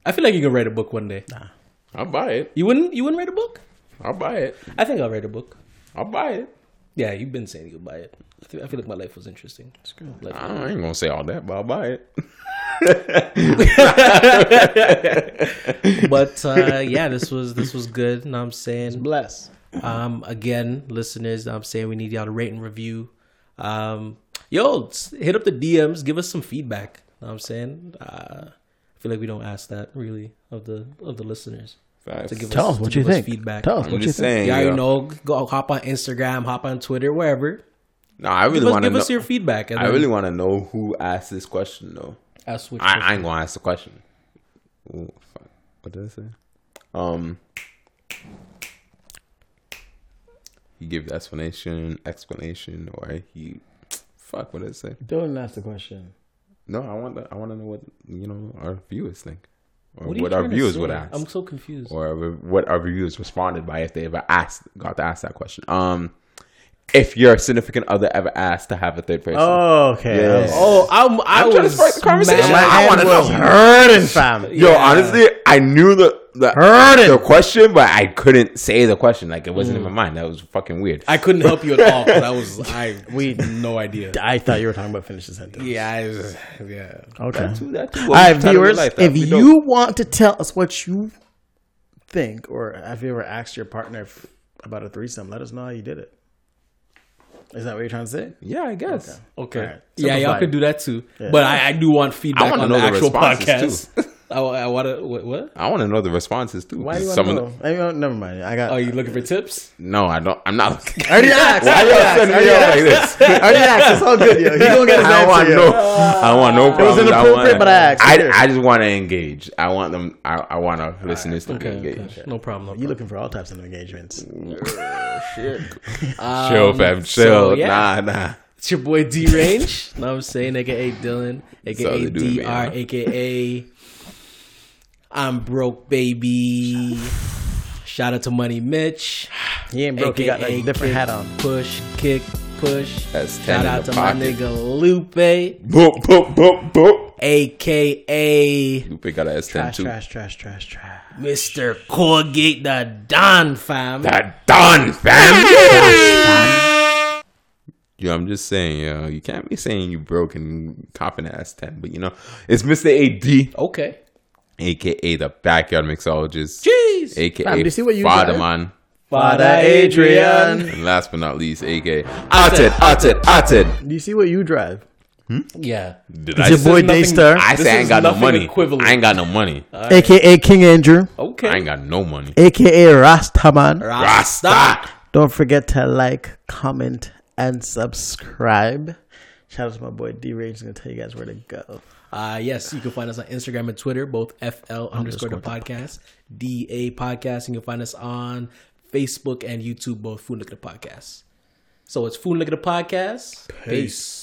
I feel like you can write a book one day.
I'll buy it.
You wouldn't you wouldn't write a book?
I'll buy it.
I think I'll write a book.
I'll buy it.
Yeah, you've been saying you'll buy it. I, feel- I feel like my life was interesting. It's good.
I, don't, I ain't gonna say all that, but I'll buy it.
but uh, yeah, this was this was good. Know what I'm saying.
Bless.
Um, again, listeners, I'm saying we need y'all to rate and review. Um, yo, s- hit up the DMs, give us some feedback. Know what I'm saying, uh, I feel like we don't ask that really of the of the listeners.
Facts.
give
Tell
us-
us what
to
you
give us
think.
feedback.
Tell us
I'm
what you
just
think.
saying.
Y'all
yo.
already know, go hop on Instagram, hop on Twitter, wherever.
No, I really
Give, us,
want to
give
know.
us your feedback. And
I
then
really want to know who asked this question though.
ask which
I, I ain't gonna ask the question. Ooh, fuck. What did I say? Um, you give the explanation, explanation, or he. Fuck. What did I say?
Don't ask the question.
No, I want. I want to know what you know our viewers think, or
What
what,
are you
our
trying to
viewers
say?
would ask,
I'm so confused.
or what our viewers responded by if they ever asked, got to ask that question. Um, if your significant other ever asked to have a third person,
Oh, okay.
Yeah.
Oh, I'm, I
I'm trying to
was
spark the conversation.
mad.
I wanna
was
know.
hurting, fam.
Yo, honestly, I knew the the,
Heard it. Mm.
the question, but I couldn't say the question. Like it wasn't in my mind. That was fucking weird.
I couldn't help you at all. 'cause I was I
We-
no
(laughs)
idea.
I thought you were talking about finish the sentence.
Yeah, I was, yeah.
Okay.
that too.
All right, viewers, if you want to tell us what you think, or have you ever asked your partner if, about a threesome, let us know how you did it. Is that what you're trying to say?
yeah, I guess
Okay.
Alright.
Yeah, y'all
Simplified.
could do that too. But I, I do want
I
feedback
wanna
on
know
the
the
actual
responses,
podcast. (laughs) I, want to what? what?
I want to know the responses too.
Why do you want
Some
to
of
know? Oh, I mean, never mind. I
Oh,
got.
Are Oh, you looking for tips?
the- no, I don't. I'm not.
(laughs) I already asked. I
Why
already asked.
y'all
I
sending
already
me out
asked.
like this?
(laughs) I already asked. It's all good, yo. He gonna get his
(laughs) I want
answer, yo.
no. I want no problems. I
inappropriate,
want-
but I asked.
I, I just want to engage. I want them. I, I want our listeners to be engaged.
No problem.
You looking for all types of engagements?
(laughs) chill, fam. Chill.
so, yeah.
Nah, nah.
It's your boy D Range. know what I'm saying? AKA Dylan.
all
AKA
they do to me,
DR.
huh?
AKA I'm broke, baby. Shout out to Money Mitch.
He ain't broke. he got
AKA
like, a different
kick,
hat on.
Push, kick, push.
That's 10
Shout
in
out
the
to my
pocket.
nigga Lupe.
Boop, boop, boop, boop.
AKA
Lupe got an S10
Trash,
too.
trash, trash, trash, trash.
Mr. Colgate the Don fam.
That done, fam. Yo, I'm just saying, yo, you can't be saying you broke and copping ass ten, but you know, it's Mr. AD,
Okay.
aka the backyard mixologist,
Jeez.
aka
Fam, do you see what you
Fadaman,
Father Adrian.
and last but not least, aka Ated, Ated, Ated.
Do you see what you drive?
Yeah.
Did
It's
I
your
say-
boy
nothing-
Daystar,
I
This
say I
is
ain't got no
nothing
money.
equivalent.
I ain't got no money.
aka King Andrew,
Okay.
I ain't got no money.
aka Rastaman.
Rasta.
Don't forget to like, comment, and subscribe. Shout out to my boy D Rage. gonna tell you guys where to go.
Uh, yes, you can find us on Instagram and Twitter, both FL underscore the podcast, DA podcast. and You can find us on Facebook and YouTube, both Food Look at the Podcast. So it's Food Look at the Podcast. Peace.